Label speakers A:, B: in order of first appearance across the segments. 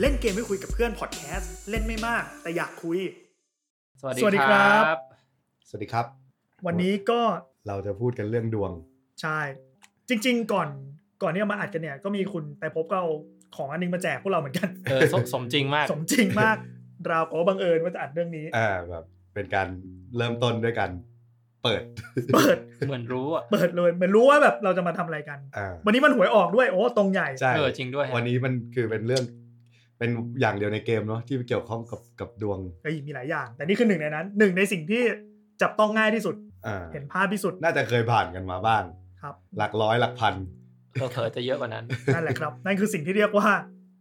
A: เล่นเกมไม่คุยกับเพื่อนพอดแคสต์เล่นไม่มาก แต่อยากคุย
B: สวัสดี
A: สวัสดีค
B: ค
A: รั
B: รับ บ
C: สวัสดีครับ
A: วันนี้ก็
C: เราจะพูดกันเรื่องดวง
A: ใช่จริง ๆ ก่อนก่อนที่จะมาอัดกันเนี่ย ก็มีคุณแต่พบก็เอาของอันนึงมาแจกพวกเราเหมือนกัน
B: เออสมสมจริงมาก
A: สมจริงมาก เราก็บังเอิญว่าจะอัดเรื่องนี้
C: อ่าแบบเป็นการเริ่มต้นด้วยกัน เปิด
A: เปิด
B: เหมือนรู้อ่ะ
A: เปิดเลยเหมือนรู้ว่าแบบเราจะมาทำอะไรกัน
C: อ่า
A: วันนี้มันหวยออกด้วยโอ้ตรงใหญ่
C: ใช่
B: เออจริงด้วยฮะ
C: วันนี้มันคือเป็นเรื่อง เป็นอย่างเดียวในเกมเนาะที่เกี่ยวข้องกับกับดวง
A: เอ้ยมีหลายอย่าง แต่นี่คือหนึ่งในนั้นหนึ่งในสิ่งที่จับต้องง่ายที่สุด
C: อ่า
A: เห็นภาพที่สุด
C: น่าจะเคยผ่านกันมาบ้าง
A: ครับ
C: หลักร้อยหลักพัน
B: เผลอๆจะเยอะกว่านั้น
A: นั่นแหละครับนั่นคือสิ่งที่เรียกว่า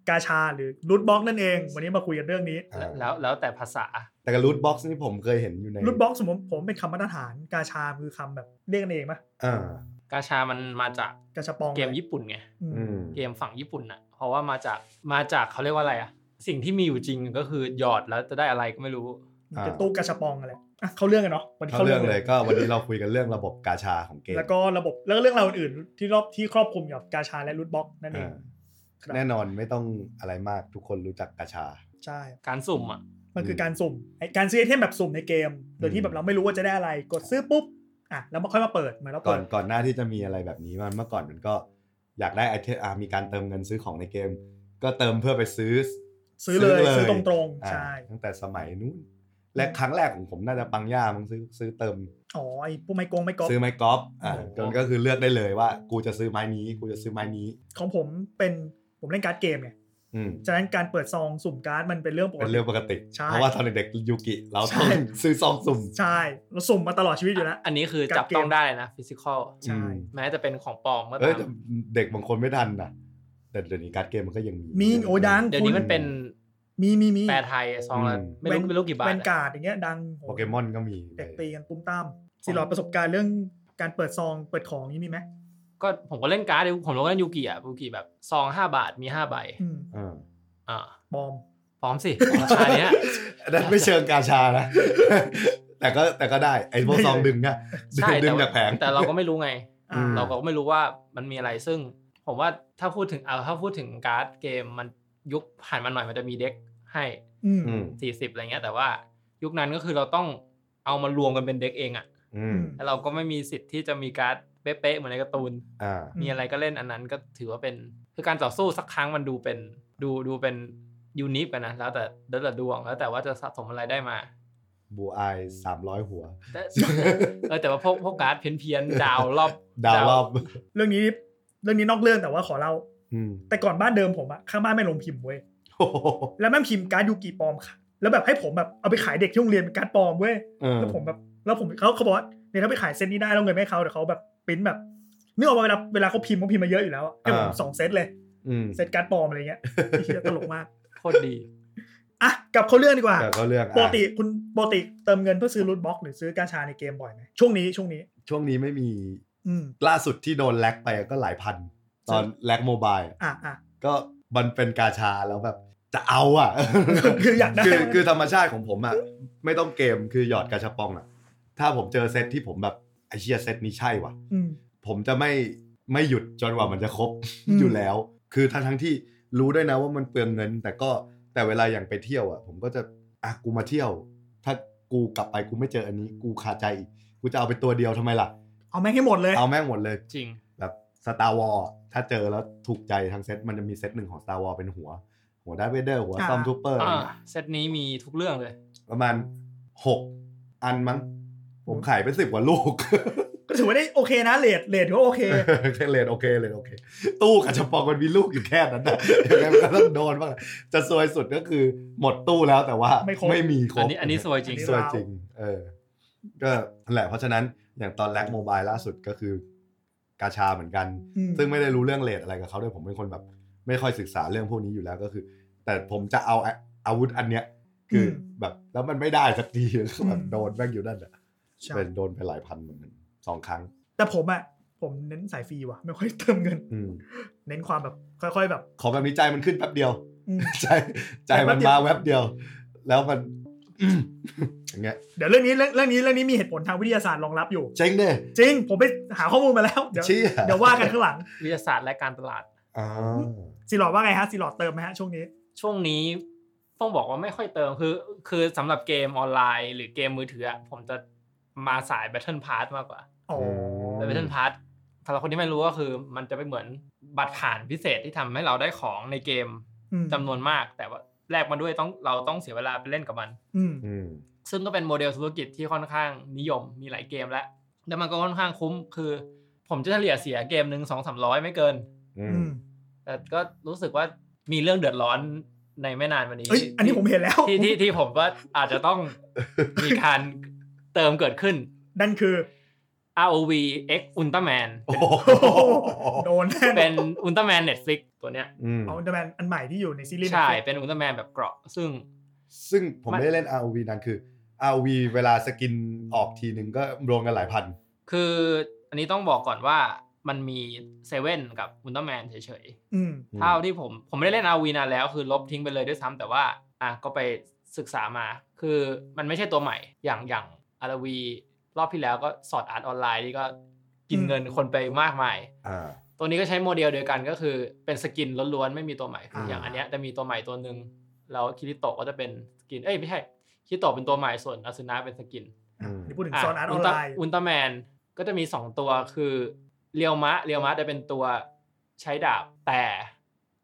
A: กาชาหรือรูทบ็อกนั่นเอง วันนี้มาคุยกันเรื่องนี้
C: อ่า
B: แล้วแล้วแต่ภาษา
C: แต่กับรูทบ็อกซ์นี่ผมเคยเห็นอยู่ใน
A: รูทบ็อกสมมติผมเป็นคำมาตรฐานกาชาคือคำแบบเรียกกันเองปะ
C: อ่าก
B: าชามันมาจาก
A: กาชาปอง
B: เกมญี่ปุ่นไง
A: อืม
C: อืม
B: เกมฝั่งญี่ปุ่นน่ะ เพราะว่ามาจากมาจากเขาเรียกว่าอะไรอ่ะ สิ่งที่มีอยู่จริงก็คือหยอดแล้วจะได้อะไรก็ไม่รู้
A: มันจะตู้กาชาปองอะไรอ่ะเข้าเรื่องกันเนาะวันนี้
C: เข้า
A: เข้าเรื่
C: เรื่อ
A: อง ง
C: เล
A: เลย ย
C: ก็วันนี้เราคุยกันเรื่องระบบกาชาของเกม
A: แล้วก็ระบบแล้วก็เรื่องราวอื่นๆที่รอบที่ครอบคลุมเกี่ยวกับกาชาและรูทบ็อกนั่นเอง
C: อ่า
A: ครับ
C: แน่นอนไม่ต้องอะไรมากทุกคนรู้จักกาชา
A: ใช่
B: การสุ่มอ่ะ
A: มันคืออ
C: ม
A: การสุ่มไอ้การซื้อไอเทมแบบสุ่มในเกม โดยที่
C: อืม
A: แบบเราไม่รู้ว่าจะได้อะไรกดซื้อปุ๊บอ่ะแล้วมาค่อยมาเปิดเหมือนเรา
C: ก่อ
A: เปิ
C: น
A: ด
C: ก่อนหน้าที่จะมีอะไรแบบนี้มันเมื่อก่อนมันก็อยากได้ไอเทมอ่ามีการเติมเงินซื้อของในเกม ก็เติมเพื่อไปซื้อ
A: ซื้อเลย ซื้อตรงๆ
C: อ่า
A: ใช่
C: ตั้งแต่สมัยนู้นและครั้งแรกของผมน่าจะปังย่ามึงซื้อซื้อเติม
A: อ๋อไอ้พวกไม้กงไม้กอล์ฟ
C: ซื้อไม้กอล์ฟอ่า
B: โอ้โห
C: จนก็คือเลือกได้เลยว่า กูจะซื้อไม้นี้ กูจะซื้อไม้นี้
A: ของผมเป็นผมเล่นการ์ดเกมไง
C: อืม
A: ฉะนั้นการเปิดซองสุ่มการ์ดมันเป็นเรื่องปก
C: เป็น
A: ติ
C: เรื่องปกติ
A: ใช่
C: เพราะว่าตอนเด็กๆยูกิเราต้อง
A: ใช่
C: ซื้อซองสุ่ม
A: ใช่เราสุ่มมาตลอดชีวิตอยู่แล้ว
B: อันนี้คือ
A: การ
B: จับต้อง
A: เกม
B: ได้นะฟิสิกอล
A: ใช่
C: อืม
B: แม้จะเป็นของปลอมก็
C: เอ้ย
B: ตา
C: แต่
B: ม
C: เด็กบางคนไม่ทันนะแต่เดี๋ยวนี้การ์ดเกมมันก็ยังมี
A: มีโอ้ยดัง
B: เดี๋ยวนี้มันเป็น
A: มีมีมี
B: แปลไทยซองละไม่รู้ไม่รู้กี่บาท
A: แวน
B: อะ
A: การ์ดอย่างเงี้ยดัง
C: โปเกมอนก็มี
A: เด็กตีกันตุ้มตามสิหลอดประสบการณ์เรื่องการเปิดซองเปิดของนี้มีไหม
B: ก็ผมก็เล่นการ์ดดิผมก็เล่นยูกิอ่ะยูกิแบบซองห้าบาทมีห้าใบ
A: อืม
C: อ่า
B: อ่า
A: บอม
B: พร้อมสิราคาเนี้ ย
C: อันนั้นไม่เชิงกาชานะ แต่ก็แต่ก็ได้ไอ้พวก
A: ไม่เลย
C: ซองดึงอะดึ
B: ใช่
C: งดึ
B: แต่
C: ง
B: ว่า
C: จากแผง
B: แต่เราก็ไม่รู้ไง
A: อ่า
C: อืม
B: เราก็ไม่รู้ว่ามันมีอะไรซึ่ง ผมว่าถ้าพูดถึงเอาถ้าพูดถึงการ์ดเกมมันยุคผ่านมาหน่อยมันจะมีเด็กให้
A: อืม
C: อืม
B: สี่สิบอะไรเงี้ยแต่ว่ายุคนั้นก็คือเราต้องเอามารวมกันเป็นเด็กเองอ่ะ
C: อื
A: อื
C: ม
A: ม
B: แล้วเราก็ไม่มีสิทธิ์ที่จะมีการ์ดเป๊ะๆเหมือนในการ์ตูน
C: อ่า
A: อืม
B: มีอะไรก็เล่นอันนั้นก็ถือว่าเป็นคือการต่อสู้สักครั้งมันดูเป็นดูดูเป็นยูนิคกันนะแล้วแต่แล้วแต่ดวงแล้วแต่ว่าจะสะสมอะไรได้มา
C: บูอายสามร้อย หัว
B: แต่เออแต่ว่าพวกพวกการ์ดเพี้ยนๆดาวรอบ
C: ดาวรอบ
A: เรื่องนี้เรื่องนี้นอกเรื่องแต่ว่าขอเล่า
C: อืม
A: แต่ก่อนบ้านเดิมผมอะข้างบ้านไม่ลงพิมพ์เว้ย
C: โอ้โห
A: แล้วแม่งพิมพ์การ์ดยูกิปลอมค่ะ แล้วแบบให้ผมแบบเอาไปขายเด็กที่โรงเรียนเป็นการ์ดปลอมเว้ย
C: เออ
A: แล้วผมแบบแล้วผมเขาเขาบอกว่าเนี่ยถ้าไปขายเซตนี้ได้แล้วเงินไม่ให้เขาเดี๋ยวเขาแบบปริ้นแบบนึกออกมาเวลาเวลาเขาพิมพ์เขาพิมพ์มาเยอะอยู่แล้วอะให้ผมสองเซตเลย
C: อืม
A: เซตการ์ดปลอมอะไรเงี้ยไอ้เหี้ยตลกมาก
B: โคตรดี
A: อ่ะกลับเขาเรื่องดีกว่า
C: แต่ก็เรื่อง
A: ปก
C: อ่ะ
A: ติคุณปกติเติมเงินเพื่อซื้อรูทบ็อกหรือซื้อกาชาในเกมบ่อยไหมช่วงนี้ช่วงนี้
C: ช่วงนี้ไม่มี
A: อืม
C: ล่าสุดที่โดนแลกไปก็หลายพัน ตอน
A: ใช่
C: แลกโมบาย
A: อ่ะอ่ะ
C: ก็มันเป็นกาชาแล้วแบบจะเอาอ่ะ
A: คืออยากได้
C: คือคือธรรมชาติของผมอ่ะไม่ต้องเกมคือหยอดกาชาปองอ่ะ ถ้าผมเจอเซตที่ผมแบบไอเชียเซตนี้ใช่ว่ะ
A: อืม
C: ผมจะไม่ไม่หยุดจนกว่ามันจะครบ
A: อืม
C: อยู่แล้ว คือทั้งทั้งที่รู้ด้วยนะว่ามันเปลืองเงิน แต่ก็แต่เวลาอย่างไปเที่ยวอ่ะ ผมก็จะอ่ะกูมาเที่ยว ถ้ากูกลับไปกูไม่เจออันนี้ กูคาใจอีกกูจะเอาไปตัวเดียวทำไมล่ะ
A: เอาแม่งให้หมดเลย
C: เอาแม่งหมดเลย
B: จริง
C: แบบสตาร์วอลถ้าเจอแล้วถูกใจทั้งเซตมันจะมีเซตหนึ่งของ Star War เป็นหัว หัวดาร์เวเดอร์หัวซอมทูเปอร์อะไร
B: อ่า
C: เงี้ย
B: เซตนี้มีทุกเรื่องเลย
C: ประมาณหกอันมั้งผมขายไปสิบกว่าลูก
A: ก็ถือว่าได้โอเคนะเลทเลทก็โอ เค
C: แค่เล นโอเคเลนโอเค ตู้กระชับปองมันมีลูกอยู่แค่นั้นนะ ยังไงมันก็ต้องโดนบ้างจะซวยสุดก็คือหมดตู้แล้วแต่ว่า
A: ไม่ครบ
C: มีครบ
B: อันนี้อันนี้สวยจริง
C: สวยจริง เออ ก็นั่นแหละเพราะฉะนั้นอย่างตอนแลกโมบายล่าสุดก็คือกาชาเหมือนกัน
A: อืม
C: ซึ่งไม่ได้รู้เรื่องเลทอะไรกับเขาด้วยผมเป็นคนแบบ ไม่ค่อยศึกษาเรื่องพวกนี้อยู่แล้วก็คือ แต่ผมจะเอาอะอาวุธอันเนี้ย คืออแบบ แล้วมันไม่ได้สักทีก็แบบโดนแม่งอยู่นั่นแหละ
A: ใช่
C: เป็นโดนไปหลายพันเหมือนกันสองครั้ง
A: แต่ผมอ่ะผมเน้นสายฟรีว่ะไม่ค่อยเติมเงิน
C: อืม
A: เน้นความแบบค่อย ๆแบบ
C: ขอแบบนี้ใจมันขึ้นแป๊บเดียว
A: อืม
C: ใจใจมันมาแวบเดียว แล้วมัน อย่างเงี้ย
A: เดี๋ยวเรื่องนี้เรื่องเรื่องนี้เรื่องนี้มีเหตุผลทางวิทยาศาสตร์รองรับอยู่
C: เจ๊งเด้
A: จริง ผมไปหาข้อมูลมาแล้ว เดี๋ยว
C: เชี่ย
A: เดี๋ยวว่ากันข้างหลัง
B: วิทยาศาสตร์และการตลาด
C: อ่า
A: สิหลอดว่าไงฮะสิหลอดเติมไหมฮะช่วงนี้
B: ช่วงนี้ต้องบอกว่าไม่ค่อยเติมคือ คือสำหรับเกมออนไลน์ หรือเกมมือถืออะผมจะมาสาย Battle Pass มากกว่า
A: อ๋อ
B: แต่ Battle Pass สำหรับคนที่ไม่รู้ก็คือมันจะเป็นเหมือนบัตรผ่านพิเศษที่ทำให้เราได้ของในเกม
A: อืม
B: จำนวนมาก แต่ว่าแลกมาด้วยต้องเราต้องเสียเวลาไปเล่นกับมัน
A: อืม
C: อืม
B: ซึ่งก็เป็นโมเดลธุรกิจที่ค่อนข้างนิยมมีหลายเกมแล้วแล้วมันก็ค่อนข้างคุ้มคือ ผมจะเฉลี่ยเสียเกมหนึ่งสองสามร้อยไม่เกิน
C: อื
A: อืม
C: ม
B: แต่ก็รู้สึกว่ามีเรื่องเดือดร้อนในไม่นานวันนี้
A: เอ้ยอันนี้ผมเห็นแล้ว
B: ที่ที่ที่ผมว่าอาจจะ ต้องมีการเติมเกิดขึ้น
A: นั่นคือ
B: ROV X Ultraman
C: โอ้โห
A: โดนแน่น
B: เป็
A: อน
B: Ultraman Netflix ตัวเนี้ย
C: อืม
A: เอาอันเดอร์แมนอันใหม่ที่อยู่ในซีรีส์
B: ใช่
A: Netflix
B: เป็น Ultraman แบบเกราะ ซึ่ง
C: ซึ่งผม
B: มัน
C: ไม่ได้เล่น ROV นั้นคือ ROV เวลาสกินออกทีนึงก็รวมกันหลายพัน
B: คืออันนี้ต้องบอกก่อนว่ามันมีเซเว่นกับ Ultraman เฉยๆ
A: อืม
B: เท่าที่ผมผมไม่ได้เล่นอาวีนานแล้วคือลบทิ้งไปเลยด้วยซ้ำแต่ว่าอ่ะก็ไปศึกษามา คือมันไม่ใช่ตัวใหม่อย่างอย่างอาวีรอบที่แล้วก็สอดอาร์ตออนไลน์นี่ก็กิน
A: อืม
B: เงินคนไปมากมาย
C: อ่า
B: ตัวนี้ก็ใช้โมเดลเดียวกันก็คือเป็นสกินล้วนๆ ไม่มีตัวใหม่คืออย่าง
C: อ่า
B: อันเนี้ยจะมีตัวใหม่ตัวหนึ่งแล้วคิริโตะก็จะเป็นสกินเอ้ยไม่ใช่คิริโตะเป็นตัวใหม่ส่วนอาซึนะเป็นสกิน
C: อืม
A: นี่พูดถึงซอนอาร์ตออนไลน์
B: อุลตร้าแมนก็จะมีสองตัวคือเรียวมะเรียวมะจะเป็นตัวใช้ดาบแต่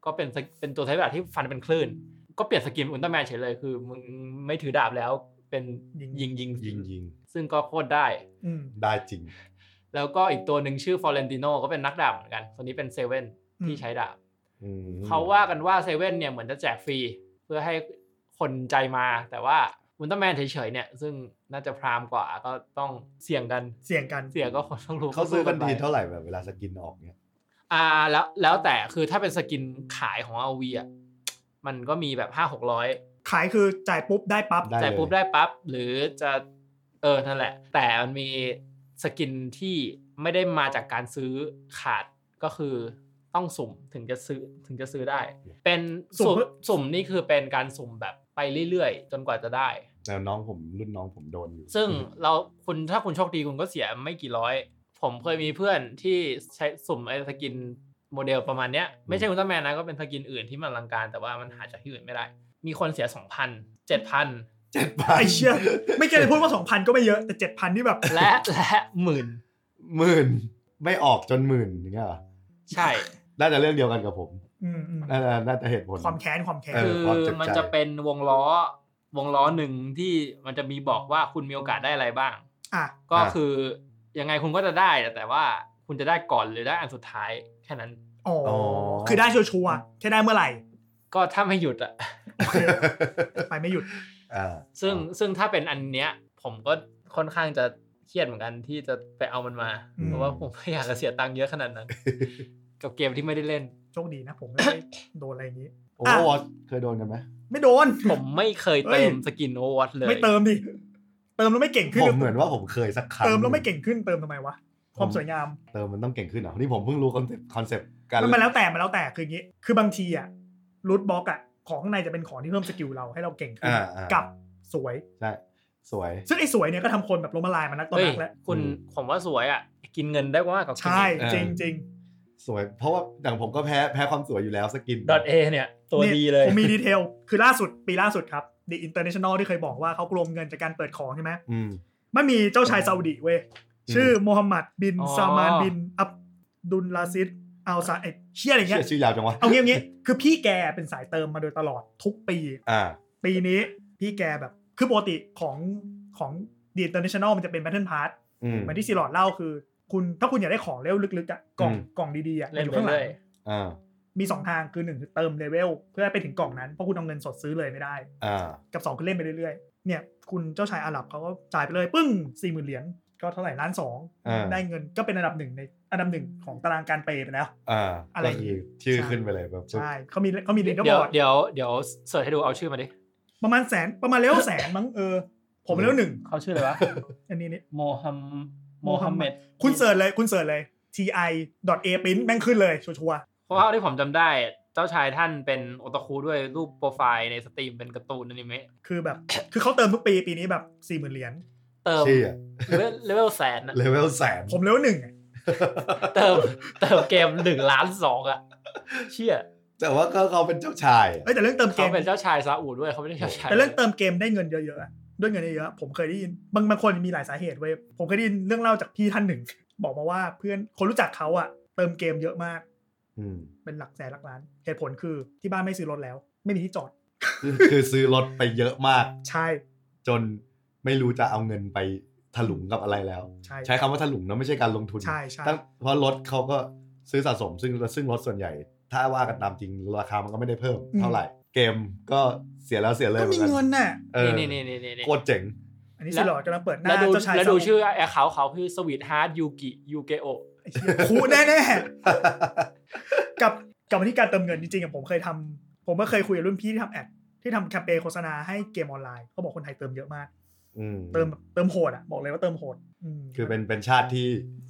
B: ก็เป็นสเป็นตัวใช้ดาบที่ฟันเป็นคลื่น ก็เปลี่ยนสกินอุลตร้าแมนเฉยเลยคือมึงไม่ถือดาบแล้วเป็นยิงยิง
C: ยิงยิง
B: ซึ่งก็โคตรได้
A: อืม
C: ได้จริง
B: แล้วก็อีกตัวหนึ่งชื่อฟอเรนติโนก็เป็นนักดาบเหมือนกันตัวนี้เป็นเซเว่น
A: อืม
B: ที่ใช้ดาบ
C: อืม
B: เขาว่ากันว่าเซเว่นเนี่ยเหมือนจะแจกฟรี เพื่อให้คนใจมา แต่ว่าอุลตร้าแมนเฉยๆเนี่ยซึ่งน่าจะพรามกว่าก็ต้องเสี่ยงกัน
A: เสี่ยงกัน
B: เสียก็คนต้องรู้
C: เขาซื้อกัน
B: ไป
C: ทีเท่าไหร่แบบเวลาสกินออกเนี่ย
B: อ่าแล้วแล้วแต่คือถ้าเป็นสกินขายของเอาวีอ่ะมันก็มีแบบห้าหกร้อย
A: ขายคือจ่ายปุ๊บได้ปั๊บ
C: ได้เลย
B: จ่ายปุ๊บได้ปั๊บ หรือจะเออนั่นแหละ แต่มันมีสกินที่ไม่ได้มาจากการซื้อขาดก็คือต้องสุ่มถึงจะซื้อถึงจะซื้อได้ เป็น
A: สุ่
B: สุ่
A: ม
B: ม
A: เพื่อ
B: สุ่มนี่คือเป็นการสุ่มแบบไปเรื่อยๆ จนกว่าจะได้
C: แต่น้องผมรุ่นน้องผมโดนอยู่
B: ซึ่งเราคุณถ้าคุณโชคดีคุณก็เสียไม่กี่ร้อย ผมเคยมีเพื่อนที่ใช้สุ่มไอ้สกินโมเดลประมาณเนี้ยไม่ใช่อุลตร้าแมนนะก็เป็นสกินอื่นที่มันอลังการ แต่ว่ามันหาจากที่อื่นไม่ได้ มีคนเสียสองพันเจ็ดพัน
C: เจ็ดพัน
A: ไอ้เชี่ย ไม่เกินพูดว่าสองพันก็ไม่เยอะแต่เจ็ดพันที่แบบ
B: และและหมื่น
C: หมื่นไม่ออกจนหมื่นอย่างเงี้ยเหรอ
B: ใช่
C: น่าจะเรื่องเดียวกันกับผม
A: อืมอืม
C: น่าจะน่าจะเหตุผล
A: ความแค้นความแค้น
C: เอ
B: คือ อ
C: ความเจ็บใจ
B: มันจะเป็นวงล้อวงล้อหนึ่งที่มันจะมีบอกว่าคุณมีโอกาสได้อะไรบ้าง
A: อ่ะ
B: ก็คือยังไงคุณก็จะได้แต่แต่ว่าคุณจะได้ก่อนหรือได้อันสุดท้ายแค่นั้น
A: อ๋ออ
C: อ
A: คือได้ชัวร์ๆแค่ได้เมื่อไหร่
B: ก็ถ้าไม่หยุดอะ
A: ไปไม่หยุด
C: อ่า
B: ซึ่งซึ่งถ้าเป็นอันเนี้ย ผมก็ค่อนข้างจะเครียดเหมือนกันที่จะไปเอามันมา
A: อืม
B: เพราะว่าผมไม่อยากจะเสียตังค์เยอะขนาดนั้น กับเกมที่ไม่ได้เล่น
A: โชคดีนะผมไม่ได้โดนอะไรอย่างนี้
C: โอเวอร์วอชเคยโดนกันไหม
A: ไม่โดน
B: ผมไม่เคย
A: เฮ้
B: เติ
A: ย
B: มสกินโอวัตเลย
A: ไม่เติมดิเติมแล้วไม่เก่งขึ้น
C: ผมเหมือนว่าผมเคยสักครั้ง
A: เติมแล้วไม่เก่งขึ้นเติมทำไมวะความสวยงาม
C: เติมมันต้องเก่งขึ้นเหรอนี่ผมเพิ่งรู้คอนเซ็ปต์คอนเซ็ปต์การ
A: มันมันแล้วแต่มันแล้วแต่คืออย่างงี้ คือบางทีอะรูทบล็อกอะของข้างในจะเป็นของที่เพิ่มสกิลเราให้เราเก่งขึ้น
C: อ่าอ่า
A: กับสวย
C: ใช่สวย
A: ซึ่งไอ้สวยเนี่ยก็ทำคนแบบล้มละลายมานักต่อ
B: เฮ้ย
A: นักแล้ว
B: คุณ
C: อืม
B: ผมว่าสวยอ่ะ กินเงินได้กว่ามากกว่า
A: ใช่
C: เออ
A: จริงจริง
C: สวย เพราะว่าอย่างผมก็แพ้แพ้ความสวยอยู่แล้วสกิน
B: ดอทเอเนี่ย ตัว
A: นี่
B: ดีเลย
A: ผมมีดีเทล คือล่าสุดปีล่าสุดครับ The International ที่เคยบอกว่าเขากลวมเงินจากการเปิดของใช่ไหม
C: อืม
A: มันมีเจ้าชายซาอุดีเว้ย
C: อืม
A: ชื่อโมฮัมหมัดบินซามานบิน อับดุลลาซิดอัลซาเอดเชี่ยอะไรเงี้ย
C: เชื่อชื่อยาวจังวะ
A: เอางี้เอางี้คือพี่แกเป็นสายเติมมาโดยตลอดทุกปี
C: อ่า
A: ปีนี้พี่แกแบบ คือปกติของของดีอินเตอร์เนชั่นแนลมันจะเป็นแบทเทิลพาร์ท
C: อืม
A: เหมือนที่ซีลอดเล่าคือ คุณถ้าคุณอยากได้ของเลเวลลึกๆอะกล่อง
C: อืม
A: กล่องดีๆอะมัน
B: เล่น
A: อยู่
B: ไป
A: ข้างหลั
B: เล
A: ง
B: ย
C: อ่า
A: มี 2 ทางคือ1คือเติมเลเวลเพื่อให้ไปถึงกล่องนั้นเพราะคุณเอาเงินสดซื้อเลยไม่ได้
C: อ่า
A: กับ 2 คือเล่นไปเรื่อยๆเนี่ยคุณเจ้าชายอาหรับเขาก็จ่ายไปเลยปึ้งสี่หมื่นเหรียญก็เท่าไหร่ล้านสอง
C: อ่า
A: ได้เงินก็เป็นอันดับหนึ่งในอันดับหนึ่งของตารางการเปย์ไปแล้ว
C: อ่า
A: อะไร
C: ก็คือชื่อขึ้นไปเลยแบบปุ๊บ
A: ใช่เขามีเขามีลิงก์ก็บ
B: เดี๋ยว
A: อร์ด
B: เดี๋ยวเดี๋ยวเสิร์ชให้ดูเอาชื่อมาดิ
A: ประมาณแสนประมาณเลเวลแสนมั้งเออ ผมเลเวลหนึ่ง
B: เขาชื่ออะไร วะ
A: อันนี้นี่
B: โมฮัม
A: โมฮัมหมัด คุณเสิร์ชเลยคุณเสิร์ชเลย ti a print แม่งขึ้นเลยชัวร์
B: เพราะว่าที่ผมจำได้เจ้าชายท่านเป็นโอตาคุด้วยรูปโปรไฟล์ในสตรีมเป็นการ์ตูนอนิเมะ
A: ๆคือแบบ คือเขาเติมทุกปีปีนี้แบบสี่หมื่นเหรียญ
B: เติม
C: ชื่อ
B: เลเวลแสนอะ
C: เลเวลแสน
A: ผมเลเวลหนึ่งอะ
B: เติมเติมเกมหนึ่งล้านสองอะเชี่ย
C: แต่ว่าก็เขาเป็นเจ้าชายอะ
A: เอ้ยแต่เรื่องเติมเก
B: เขา
A: ม
B: เป็นเจ้าชายซาอุด้วยเขาไม่ได้เจ้าชาย
A: แต่เรื่องเติมเกมได้เงินเยอะๆอะด้วยเงินเยอะๆผมเคยได้ยินบางบางคนมีหลายสาเหตุเว้ยผมเคยได้ยินเรื่องเล่าจากพี่ท่านหนึ่ง บอกมาว่าเพื่อนคนรู้จักเขาอะเติมเกมเยอะมาก
C: อืม
A: เป็นหลักแสนหลักล้านเหตุผลคือที่บ้านไม่ซื้อรถแล้ว ไม่มีที่จอด
C: คือคือซื้อรถไปเยอะมาก
A: ใช่
C: จนไม่รู้จะเอาเงินไปถลุงกับอะไรแล้ว
A: ใช่
C: ใช้คำว่าถลุงนะไม่ใช่การลงทุน
A: ใช่ใช่
C: ตั้งเพราะรถเขาก็ซื้อสะสมซึ่งซึ่งรถส่วนใหญ่ ถ้าว่ากันตามจริงราคามันก็ไม่ได้เพิ่มเท่าไหร่ เกมก็เสียแล้วเสียเลย
A: ก็
C: ห
A: มี
C: อกั
A: เงินน่ะ
C: เออ
B: นี่นี่นี่นี่นี่
C: โคตรเจ๋ง
A: อันนี้สิหลอดกำลังเปิดห
B: แล้
A: น้าว
B: ดู
A: เจ้าชาย
B: แล้วดู
A: ซา
B: ชื่อแอคเคาท์เขาคือสวีทฮาร์ดยูกิยูเกโอ
A: ไอ้เหี้ยคูแน่ๆกับกับที่การเติมเงินจริงๆอะผมเคยทำผมก็เคยคุยกับรุ่นพี่ที่ทำแอดที่ทำแคมเปญโฆษณาให้เกมออนไลน์เขาบอกคนไทยเติมเยอะมาก
C: อืม
A: เติมแบบเติมโหดอะบอกเลยว่าเติมโหดม
C: คือเป็นเป็นชาติที่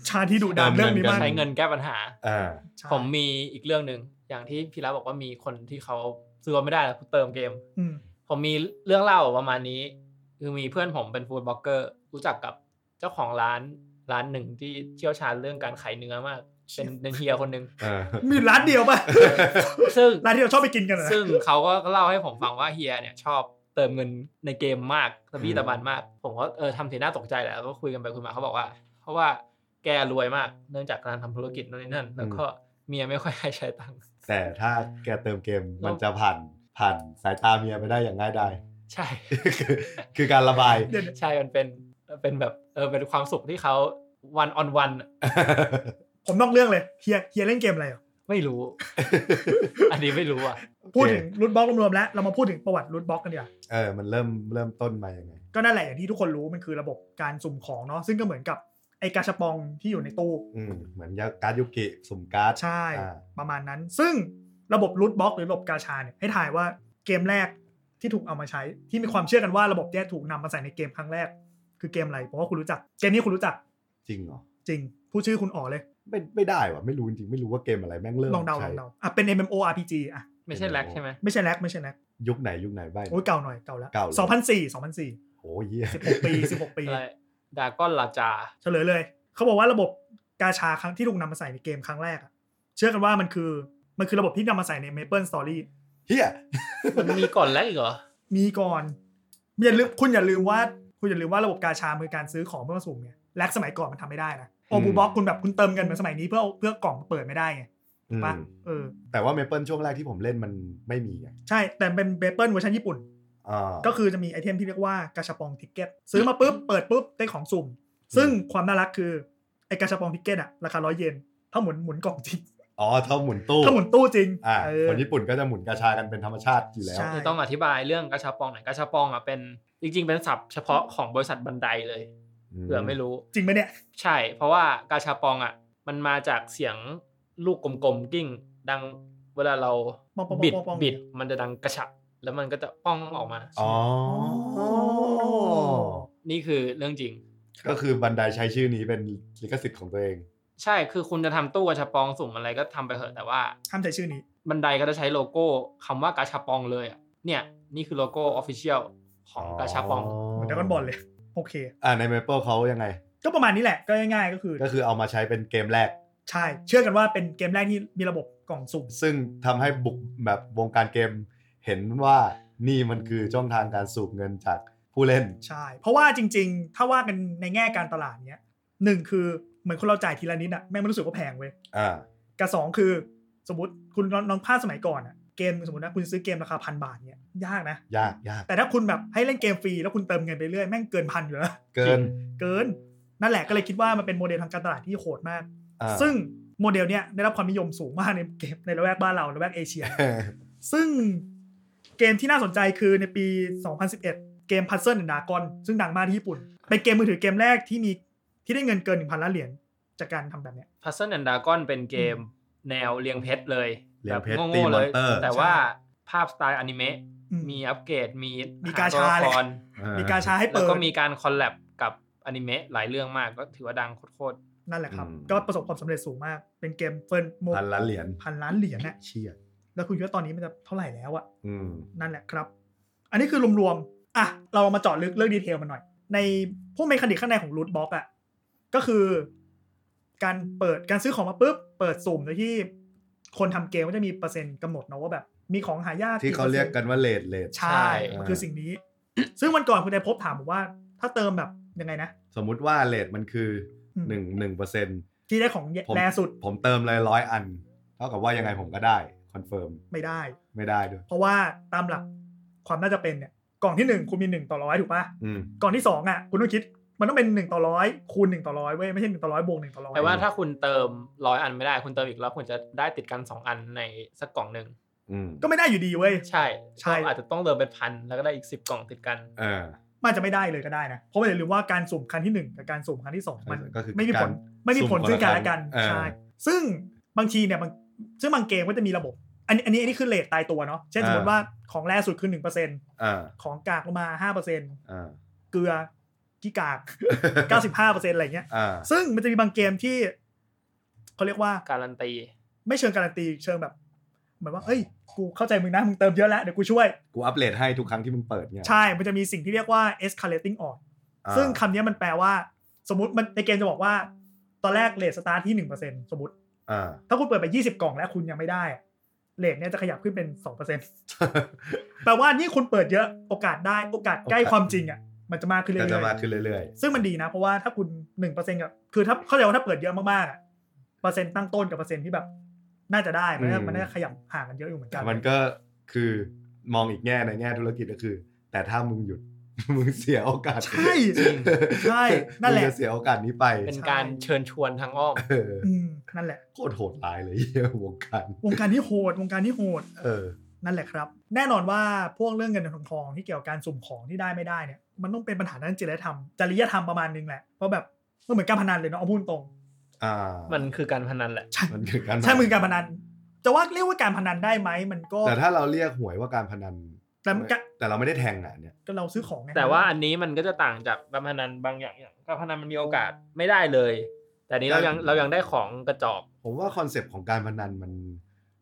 A: ชาที่ดุดัน
C: เติ
A: เรื่อ
C: ม
A: ง
C: เงิน
A: นี้
C: กัน
A: มาก
B: ใช้เงินแก้ปัญหา
C: อ่า
A: ใช่
B: ผมมีอีกเรื่องหนึ่งอย่างที่พี่รัฐบอกว่ามีคนที่เขาซื้อไม่ได้แล้วเติมเกม
A: อืม
B: ผมมีเรื่องเล่าประมาณนี้ คือมีเพื่อนผมเป็นฟู้ดบล็อกเกอร์ รู้จักกับเจ้าของร้านร้านหนึ่งที่เชี่ยวชาญเรื่องการขายเนื้อมาก เป็นเป็นเฮียคนหนึ่ง
C: อ่ า
A: มีร้านเดียวป่ะ
B: ซึ่ง
A: ร้านที่เราชอบไปกินกันอะนะ
B: ซึ่งเขาก็เล่าให้ผมฟังว่าเฮียเนี่ยชอบเติมเงินในเกมมากตะบี้ตะบันมาก ผมก็เออทำสีหน้าตกใจแหละแล้วก็คุยกันไปคุยมาเขาบอกว่า เพราะว่าแกรวยมากเนื่องจากการทำธุรกิจนู่นนี่นั่น แล้วก็เมียไม่ค่อยให้ใช้ตังค์
C: แต่ถ้าแกเติมเกมมันจะผ่านผ่านสายตาเมียไปได้อย่างง่ายดาย
B: ใช่
C: คือคือการระบาย
A: เดี๋ยวเดี๋ยว
B: ใช่มันเป็นเป็นแบบเออเป็นความสุขที่เขาวันออนวัน
A: ผมนอกเรื่องเลยเฮียเฮียเล่นเกมอะไรเหรอ
B: ไม่รู้ อันนี้ไม่รู้อ่ะ
A: พูดถึงรูทบล็อกรวมๆแล้วเรามาพูดถึงประวัติรูทบล็อกกันดีกว่า
C: เออ มันเริ่มเริ่มต้นมายังไง
A: ก็นั่นแหละอย่างที่ทุกคนรู้มันคือระบบการสุ่มของเนาะซึ่งก็เหมือนกับไอกาชาปองที่อยู่ในตู้
C: อืมเหมือนยาการ์ดยุกิสุ่มการ์ด
A: ใช่
C: อ่า
A: ประมาณนั้น ซึ่งระบบรูทบล็อกหรือระบบกาชาเนี่ยให้ถ่ายว่าเกมแรกที่ถูกเอามาใช้ ที่มีความเชื่อกันว่าระบบแยกถูกนำมาใส่ในเกมครั้งแรก คือเกมอะไรผมว่าคุณรู้จักเกมนี้คุณรู้จัก
C: จริงเหรอ
A: จริงผู้ชื่อคุณอ๋อเลย
C: ไม่ไม่ได้วะไม่รู้จริงๆไม่รู้ว่าเกมอะไรแม่งเริ่ม
A: ลองเดา
C: ใช้
A: ลองเดาอ่ะเป็น MMORPG อ่ะ
B: ไม่ใช่แลกใช่ไหม
A: ไม่ใช่แลกไม่ใช่แลก
C: ยุคไหนยุคไหนบ้าง
A: โอ้ยเก่าหน่อยเก่าแล้ว
C: เก่าเลย
A: สองพันสี่สองพันสี่
C: โอ้ยเหี้ย
A: สิบหกปีสิบหกปี
B: อะไรดาก้อนลาจา
A: เฉลยเลย เขาบอกว่าระบบกาชาครั้งที่ถูกนำมาใส่ในเกมครั้งแรกอะเชื่อกันว่ามันคือมันคือระบบที่นำมาใส่ใน Maple Story
C: เฮีย
B: มันมีก่อนแลกอีกเหรอ
A: มีก่อนอย่าลืมคุณอย่าลืมว่าคุณอย่าลืมว่าระบบกาชาคือการซื้อของเพื่อมาสุ่มเนี่ยแลกสมัยก่อนมันทำไม่ได้นะโอบูบ็อกคุณแบบคุณเติมเงินเหมือนสมัยนี้เพื่อเอาเพื่อกล่องเปิดไม่ได้ไง
C: อืม
A: ปะเออ
C: แต่ว่าเมเปิลช่วงแรกที่ผมเล่นมันไม่มีไง
A: ใช่แต่เป็นเบเปิลเวอร์ชันญี่ปุ่น
C: อ่า
A: ก็คือจะมีไอเทมที่เรียกว่ากาชาปองทิกเก็ตซื้อมาปุ๊บ เปิดปุ๊บ ได้ของสุ่ม ซึ่งความน่ารักคือ ไอกาชาปองทิกเก็ตอะราคาร้อยเยนเท่าหมุนหมุนกล่องจริง
C: อ๋อเท่าหมุนตู้
A: เท่าหมุนตู้จริง
C: อ่า
A: เออ
C: คนญี่ปุ่นก็จะหมุนกาชากันเป็นธรรมชาติอยู่แล้ว
A: ใช่
B: คือต้องอธิบายเรื่องกระชับปองหน่อยกระชับปองอ่ะเป็นจริง ๆ เป็นศัพท์เฉพาะของบริษัทบันไดเลยเผื่อไม่รู้
A: จริงไหมเนี่ย
B: ใช่ เพราะว่ากาชาปองอ่ะ มันมาจากเสียงลูกกลมๆกิ้ง ดังเวลาเรา
A: ปองปองปอง
B: บิด
A: ปองปอง
B: บิดมันจะดังกระชับแล้วมันก็จะป้องออกมา
C: อ๋อ
B: นี่คือเรื่องจริง
C: ก็คือบันไดใช้ชื่อนี้เป็นลิขสิทธิ์ของตัวเอง
B: ใช่ คือคุณจะทำตู้กระชับปองสุ่มอะไรก็ทำไปเถอะแต่ว่า
A: ห้ามใช้ชื่อนี้
B: บันไดก็จะใช้โลโก้คำว่ากาชาปองเลยอะเนี่ย นี่คือโลโก้ออฟฟิเชียลของกาชาปอง
A: เหมือนดรากอนบอลเลย โอเค
C: อ่าในเมเปิลเขายังไง
A: ก็ประมาณนี้แหละก็ง่ายๆก็คือ
C: ก็คือเอามาใช้เป็นเกมแรก
A: ใช่ เชื่อกันว่าเป็นเกมแรกที่มีระบบกล่องสุ่ม
C: ซึ่งทำให้บุกแบบวงการเกม เห็นว่านี่มันคือช่องทางการสูบเงินจากผู้เล่น
A: ใช่ เพราะว่าจริง ๆ ถ้าว่ากันในแง่การตลาดเนี้ยหนึ่งคือเหมือนคนเราจ่ายทีละนิดอะแม่งไม่รู้สึกว่าแพงเว้ย
C: อ่า
A: กับสองคือสมมติคุณลองลองภาพสมัยก่อนอะเกมสมมตินะคุณซื้อเกมราคาพันบาทเนี่ยยากนะ
C: ยากยาก
A: แต่ถ้าคุณแบบให้เล่นเกมฟรีแล้วคุณเติมเงินไปเรื่อยแม่งเกินพันอยู่แล้ว
C: เกิน
A: เกิน นั่นแหละก็เลยคิดว่ามันเป็นโมเดลทางการตลาดที่โหดมาก
C: อ่า
A: ซึ่งโมเดลเนี้ยได้รับความนิยมสูงมากในเกมในละแวกบ้านเราละแวกเอเชีย ซึ่งเกมที่น่าสนใจคือในปี 2011 เกม Puzzle and Dragon ซึ่งดังมากที่ญี่ปุ่น เป็นเกมมือถือเกมแรกที่มีที่ได้เงินเกิน1,000ล้านเหรียญจากการทำแบบเนี้ย
B: Puzzle and Dragon เป็นเกมแนวเรียงเพชรเลย
C: เรี
B: แบ
C: ยง
B: บ
C: เพชร
B: โง่ๆเลย
C: ตีมอนเตอร์
B: แต่ว่าภาพสไตล์อนิเมะ
A: อื
B: มีอัปเกรด มี
A: มีกาชา
B: หตัวละคร
A: มีการช้าให้
B: แล้
A: เปิ
B: ว
A: ด
B: ก็มีการคอลแลบกับอนิเมะหลายเรื่องมากก็ถือว่าดังโคตร
A: นั่นแหละครับ
C: อืม
A: ก็ประสบความสำเร็จสูงมาก เป็นเกมเฟิร์นโม
C: พันล้านเหรียญ
A: พันล้านเหรียญนะ
C: เชี่ย
A: แล้วคุณคิดว่าตอนนี้มันจะเท่าไหร่แล้วอะ
C: อืม
A: นั่นแหละครับ อันนี้คือรวมๆ อ่ะ เรามาเจาะลึกเรื่องดีเทลมันหน่อย ในพวกเมคานิกข้างในของรูทบ็อกอะก็คือ การเปิดการซื้อของมาปุ๊บ เปิดสุ่มโดยที่ คนทำเกมก็จะมีเปอร์เซ็นต์กำหนดเนาะว่าแบบ มีของหายาก
C: ที่เขาเรียกกันว่าเลดเลด
A: ใช่
B: ใช่
A: มันคือสิ่งนี้ ซึ่งวันก่อนคุณไดพบถามผมว่า ถ้าเติมแบบยังไงนะ
C: สมมุติว่าเลทมันคืออ
A: ม
C: หนึ่งหนึ่งเปอร์เซ็นต์
A: ที่ได้ของแย่สุด
C: ผมเติมเลยร้อยอัน เท่ากับว่ายังไงผมก็ได้ คอนเฟิร์ม
A: ไม่ได้
C: ไม่ได้ด้วย
A: เพราะว่าตามหลักความน่าจะเป็นเนี่ยกล่องที่หนึ่งคุณมีหนึ่งต่อร้อยถูกปะ
C: อืม
A: กล่องที่สองอ่ะคุณต้องคิดมันต้องเป็นหนึ่งต่อร้อยคูณหนึ่งต่อร้อยเว้ยไม่ใช่หนึ่งต่อร้อยบวกหนึ่งต่อร้อย
B: แปลว่าถ้าคุณเติมร้อยอันไม่ได้คุณเติมอีกแล้วคุณจะได้ติดกันสองอันในสักกล่องหนึ่ง
C: อืม
A: ก็ไม่ได้อยู่ดีเว้ย
B: ใช่
A: ใช่
B: ก็อาจจะต้องเติมเป็นพันแล้วก็ได้อีกสิบกล่องติดกัน
C: เออ
A: มันอาจจะไม่ได้เลยก็ได้นะ เพราะว่าอย่าลืมว่าการสุ่มครั้งที่หนึ่งกับการสุ่มครั้งที่สองมัน
C: ก็คือ
A: ไม่มีผ
C: การ
A: ลไม่มีผล
C: สุ่
A: ซึ่ง
C: มคน
A: กัน
C: ละ
A: และกัน
C: ครั้ง
A: ใช่
C: เออ
A: ซึ่งบางทีเนี่ยบางซึ่งบางเกมก็จะมีระบบ อันนี้อันนี้อันนี้คือเลทตายตัวเนาะเช่นสมมติว่าของแรกสุดคือหนึ่งเปอร์เซ็น
C: อ่า
A: ของกากลงมาห้าเปอร์เซ็น
C: อ่า
A: เกลือที่ กากเก้าสิบห้าเปอร์เซ็นอะไรเงี้ย
C: อ่า
A: ซึ่งมันจะมีบางเกมที่เขาเรียกว่า
B: การันตี
A: ไม่เชิงการันตีเชิงแบบ เหมือนว่าเอ้ยกูเข้าใจมึงนะมึงเติมเยอะแล้วเดี๋ยวกูช่วย
C: กูอัปเดตให้ทุกครั้งที่มึงเปิดเนี่ย
A: ใช่ มันจะมีสิ่งที่เรียกว่า escalating on
C: อ่า
A: ซึ่งคำนี้มันแปลว่า สมมติมันในเกมจะบอกว่า ตอนแรกเลทสตาร์ทที่หนึ่งเปอร์เซ็นสมมติ
C: อ่า
A: ถ้าคุณเปิดไปยี่สิบกล่องแล้วคุณยังไม่ได้อะเลทเนี่ยจะขยับขึ้นเป็นสองเปอร์เซ็นแปลว่านี่งคุณเปิดเยอะโอกาสได้โอกาสใกล้
C: โอกาส
A: ความจริงอ่ะมันจะมากขึ้นเรื่
C: ก็จะ
A: อย
C: มากขึ้นเรื่อย
A: ๆซึ่งมันดีนะ เพราะว่าถ้าคุณหนึ่งเปอร์เซ็นต์กับคือถ้าเข้าใจว่าถ้าเปิดเยอะมากๆอะเปอร์เซ็นต์ตั้งต้นกับเปอร์เซ็นต์ที่แบบ น่าจะได้มันน่ามันน่าจะขยับห่างกันเยอะอยู่เหมือนกัน
C: ๆ มันก็คือมองอีกแง่ในแง่ธุรกิจก็คือ แต่ถ้ามึงหยุด มึงเสียโอกาส
A: ใช่ใช่นั่นแหละ
C: มึงจเสียโอกาสนี้ไป
B: เป็นการเชิญชวนทางอ้อม
C: เออ
A: อืมนั่นแหละ
C: โคตรโหดร้ายเลยเหี้ยวงการ
A: วงการที่โหดวงการที่โหด
C: เออ
A: นั่นแหละครับ แน่นอนว่าพวกเรื่องเงินทองทองที่เกี่ยวกับการสุ่มของที่ได้ไม่ได้เนี่ยมันต้องเป็นปัญหาด้านจริยธรรมจริยธรรมประมาณนึงแหละเพราะแบบมันเหมือนการพนันเลยเนาะเอาพูดตรง
C: อ่า
B: มันคือการพนันแหละ
A: ใช่
C: มันคือการ
A: ใช่มือการพนันจะว่าเรียกว่าการพนันได้ไหมมันก็
C: แต่ถ้าเราเรียกหวยว่าการพนัน
A: แต่มันก็
C: แต่เราไม่ได้แทงอ่ะเนี่ย
A: ก็เราซื้อของไง
B: แต่ว่าอันนี้มันก็จะต่างจากการพนันบางอย่างอย่างการพนันมันมีโอกาสไม่ได้เลย แต่อันนี้เรายัง
C: ได้
B: เรายังได้ของกระจอก
C: ผมว่าคอนเซปต์ของการพนันมัน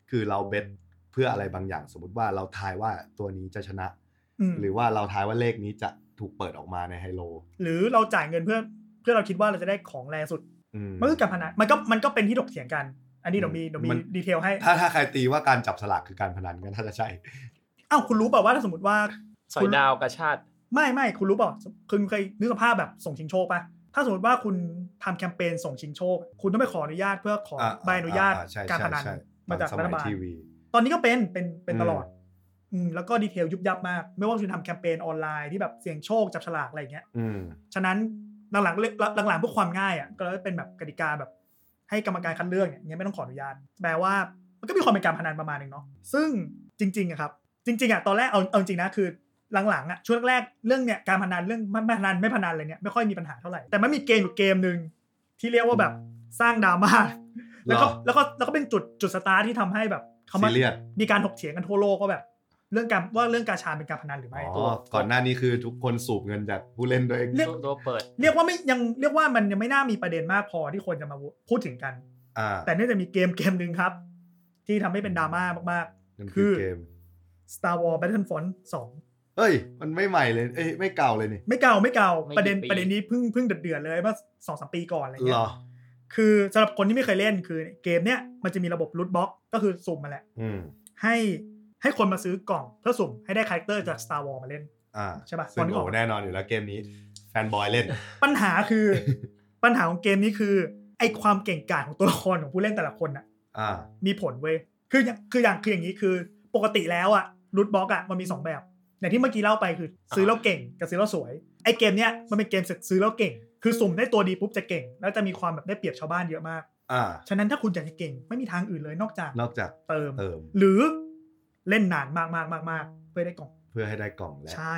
C: คือเราเบสเพื่ออะไรบางอย่าง สมมติว่าเราทายว่าตัวนี้จะชนะ
A: อืม
C: หรือว่าเราทายว่าเลขนี้จะถูกเปิดออกมาในไฮโล
A: หรือเราจ่ายเงินเพื่อเพื่อเราคิดว่าเราจะได้ของแรงสุด
C: อืม
A: มันคือการพนันมันก็มันก็เป็นที่ถกเถียงกัน อันนี้เดี๋ยวมี
C: อืม
A: เดี๋ยวมี
C: มัน
A: ดีเทลให้
C: ถ้าถ้าใครตีว่าการจับสลากคือการพนันก็น่าจะใช่
A: อ้าวคุณรู้เปล่าว่าถ้าสมมติว่า
B: สอยดาวกระชาติ
A: ไม่ไม่คุณรู้เปล่าคุณเคยนึกสภาพแบบส่งชิงโชคปะถ้าสมมติว่าคุณทำแคมเปญส่งชิงโชค คุณต้องไปขออนุญาตเพื่อขอ
C: อ่า
A: ใบอนุญาต
C: อ่าใช่
A: การพนัน
C: ใช่ใช่
A: มาจาก
C: ตอนสมั
A: รัฐ
C: ย
A: บาล
C: ทีวี
A: ตอนนี้ก็เป็นเป็นเป็น
C: อืม
A: ตลอดอืมแล้วก็ดีเทลยุบยับมาก ไม่ว่าคุณทำแคมเปญออนไลน์ที่แบบเสี่ยงโชคจับฉลากอะไรอย่างเงี้ย
C: อืม
A: ฉะนั้นหลังๆเลยหลังๆเพื่อความง่ายอ่ะก็เลยเป็นแบบกติกาแบบ ให้กรรมการคัดเลือกเนี่ยยังไม่ต้องขออนุญาตแปลว่ามันก็มีความเป็นการพนันประมาณหนึงเนาะซึ่งจริงๆอะครับ จริงๆอะตอนแรกเอาเอาจริงนะคือหลังๆอะช่วงแรกๆเรื่องเนี่ยการพนันเรื่องไม่พนันไม่พนันอะไรเนี่ยไม่ค่อยมีปัญหาเท่าไหร่แต่มันมีเกมอยู่เกมหนึ่งที่เรียกว่าแบบสร้างดราม่าแล้วก็
C: หรอ
A: แล้วก็แล้วก็เป็นจุดจุดสตาร์ทที่ทำให้แบบเขามา
C: ซีเรียส
A: มีการถกเถียงกันทั่วโลกว่าแบบ เรื่องการว่าเรื่องการชาเป็นการพนันหรือไม่
C: อ๋อก่อนหน้านี้คือทุกคนสูบเงินจากผู้เล่นด้วย
A: เรียก
B: ตัวตัวเปิด
A: เรียกว่าไม่ยังเรียกว่ามันยังไม่น่ามีประเด็นมากพอที่คนจะมาพูดถึงกัน
C: อ่า
A: แต่เนื่องจากมีเกมเกมหนึ่งครับ ที่ทำให้เป็นดราม่ามาก
C: นั่น
A: คื
C: คือ
A: อ
C: เกม
A: ๆ Star Wars Battlefront 2
C: เอ้ย มันไม่ใหม่เลย เอ้ยไม่เก่าเลยนี่
A: ไม่เก่าไม่เก่า
B: ไม่กี่
A: ประเด็น
B: ปี
A: ประเด็นนี้เพิ่งเพิ่งเดือดๆเลยเมื่อสองสามปีก่อนอะไร
C: เหร
A: เงี้
C: อย
A: คือสำหรับคนที่ไม่เคยเล่นคือเกมเนี้ยมันจะมีระบบลูทบ็อกก็คือสุ่มมาแหละ
C: อืม
A: ให้ให้คนมาซื้อกล่องเพื่อสุ่มให้ได้คาแรคเตอร์จาก Star Wars มาเล่น
C: อ่า
A: ใช่ปะ
C: ซึ่
A: ตอง นนี้อ
C: โอ้
A: อก
C: แน่นอนอยู่แล้วเกมนี้ แฟนบอยเล่น
A: ปัญหาคือ ปัญหาของเกมนี้คือไอความเก่งกาจของตัวละครของผู้เล่นแต่ละคนน่ะ
C: อ่า
A: มีผลเว้ยคืออย่างคืออย่างคืออย่างนี้คือปกติแล้วอะลูทบ็อกอะมันมีสองแบบ อย่างที่เมื่อกี้เล่าไปคือซื้อแล้วเก่งกับซื้อแล้วสวยไอเกมเนี้ยมันเป็นเกมซื้อแล้วเก่ง คือสุ่มได้ตัวดีปุ๊บจะเก่ง แล้วจะมีความแบบได้เปรียบชาวบ้านเยอะมาก
C: อ่า
A: ฉะนั้นถ้าคุณอยากจะเก่งไม่มีทางอื่นเลยนอกจาก
C: นอกจาก
A: เติม
C: เติม
A: หรือเล่นนานมากมากมากมากเพื่อได้กล่อง
C: เพื่อให้ได้กล่องแล้ว
A: ใช่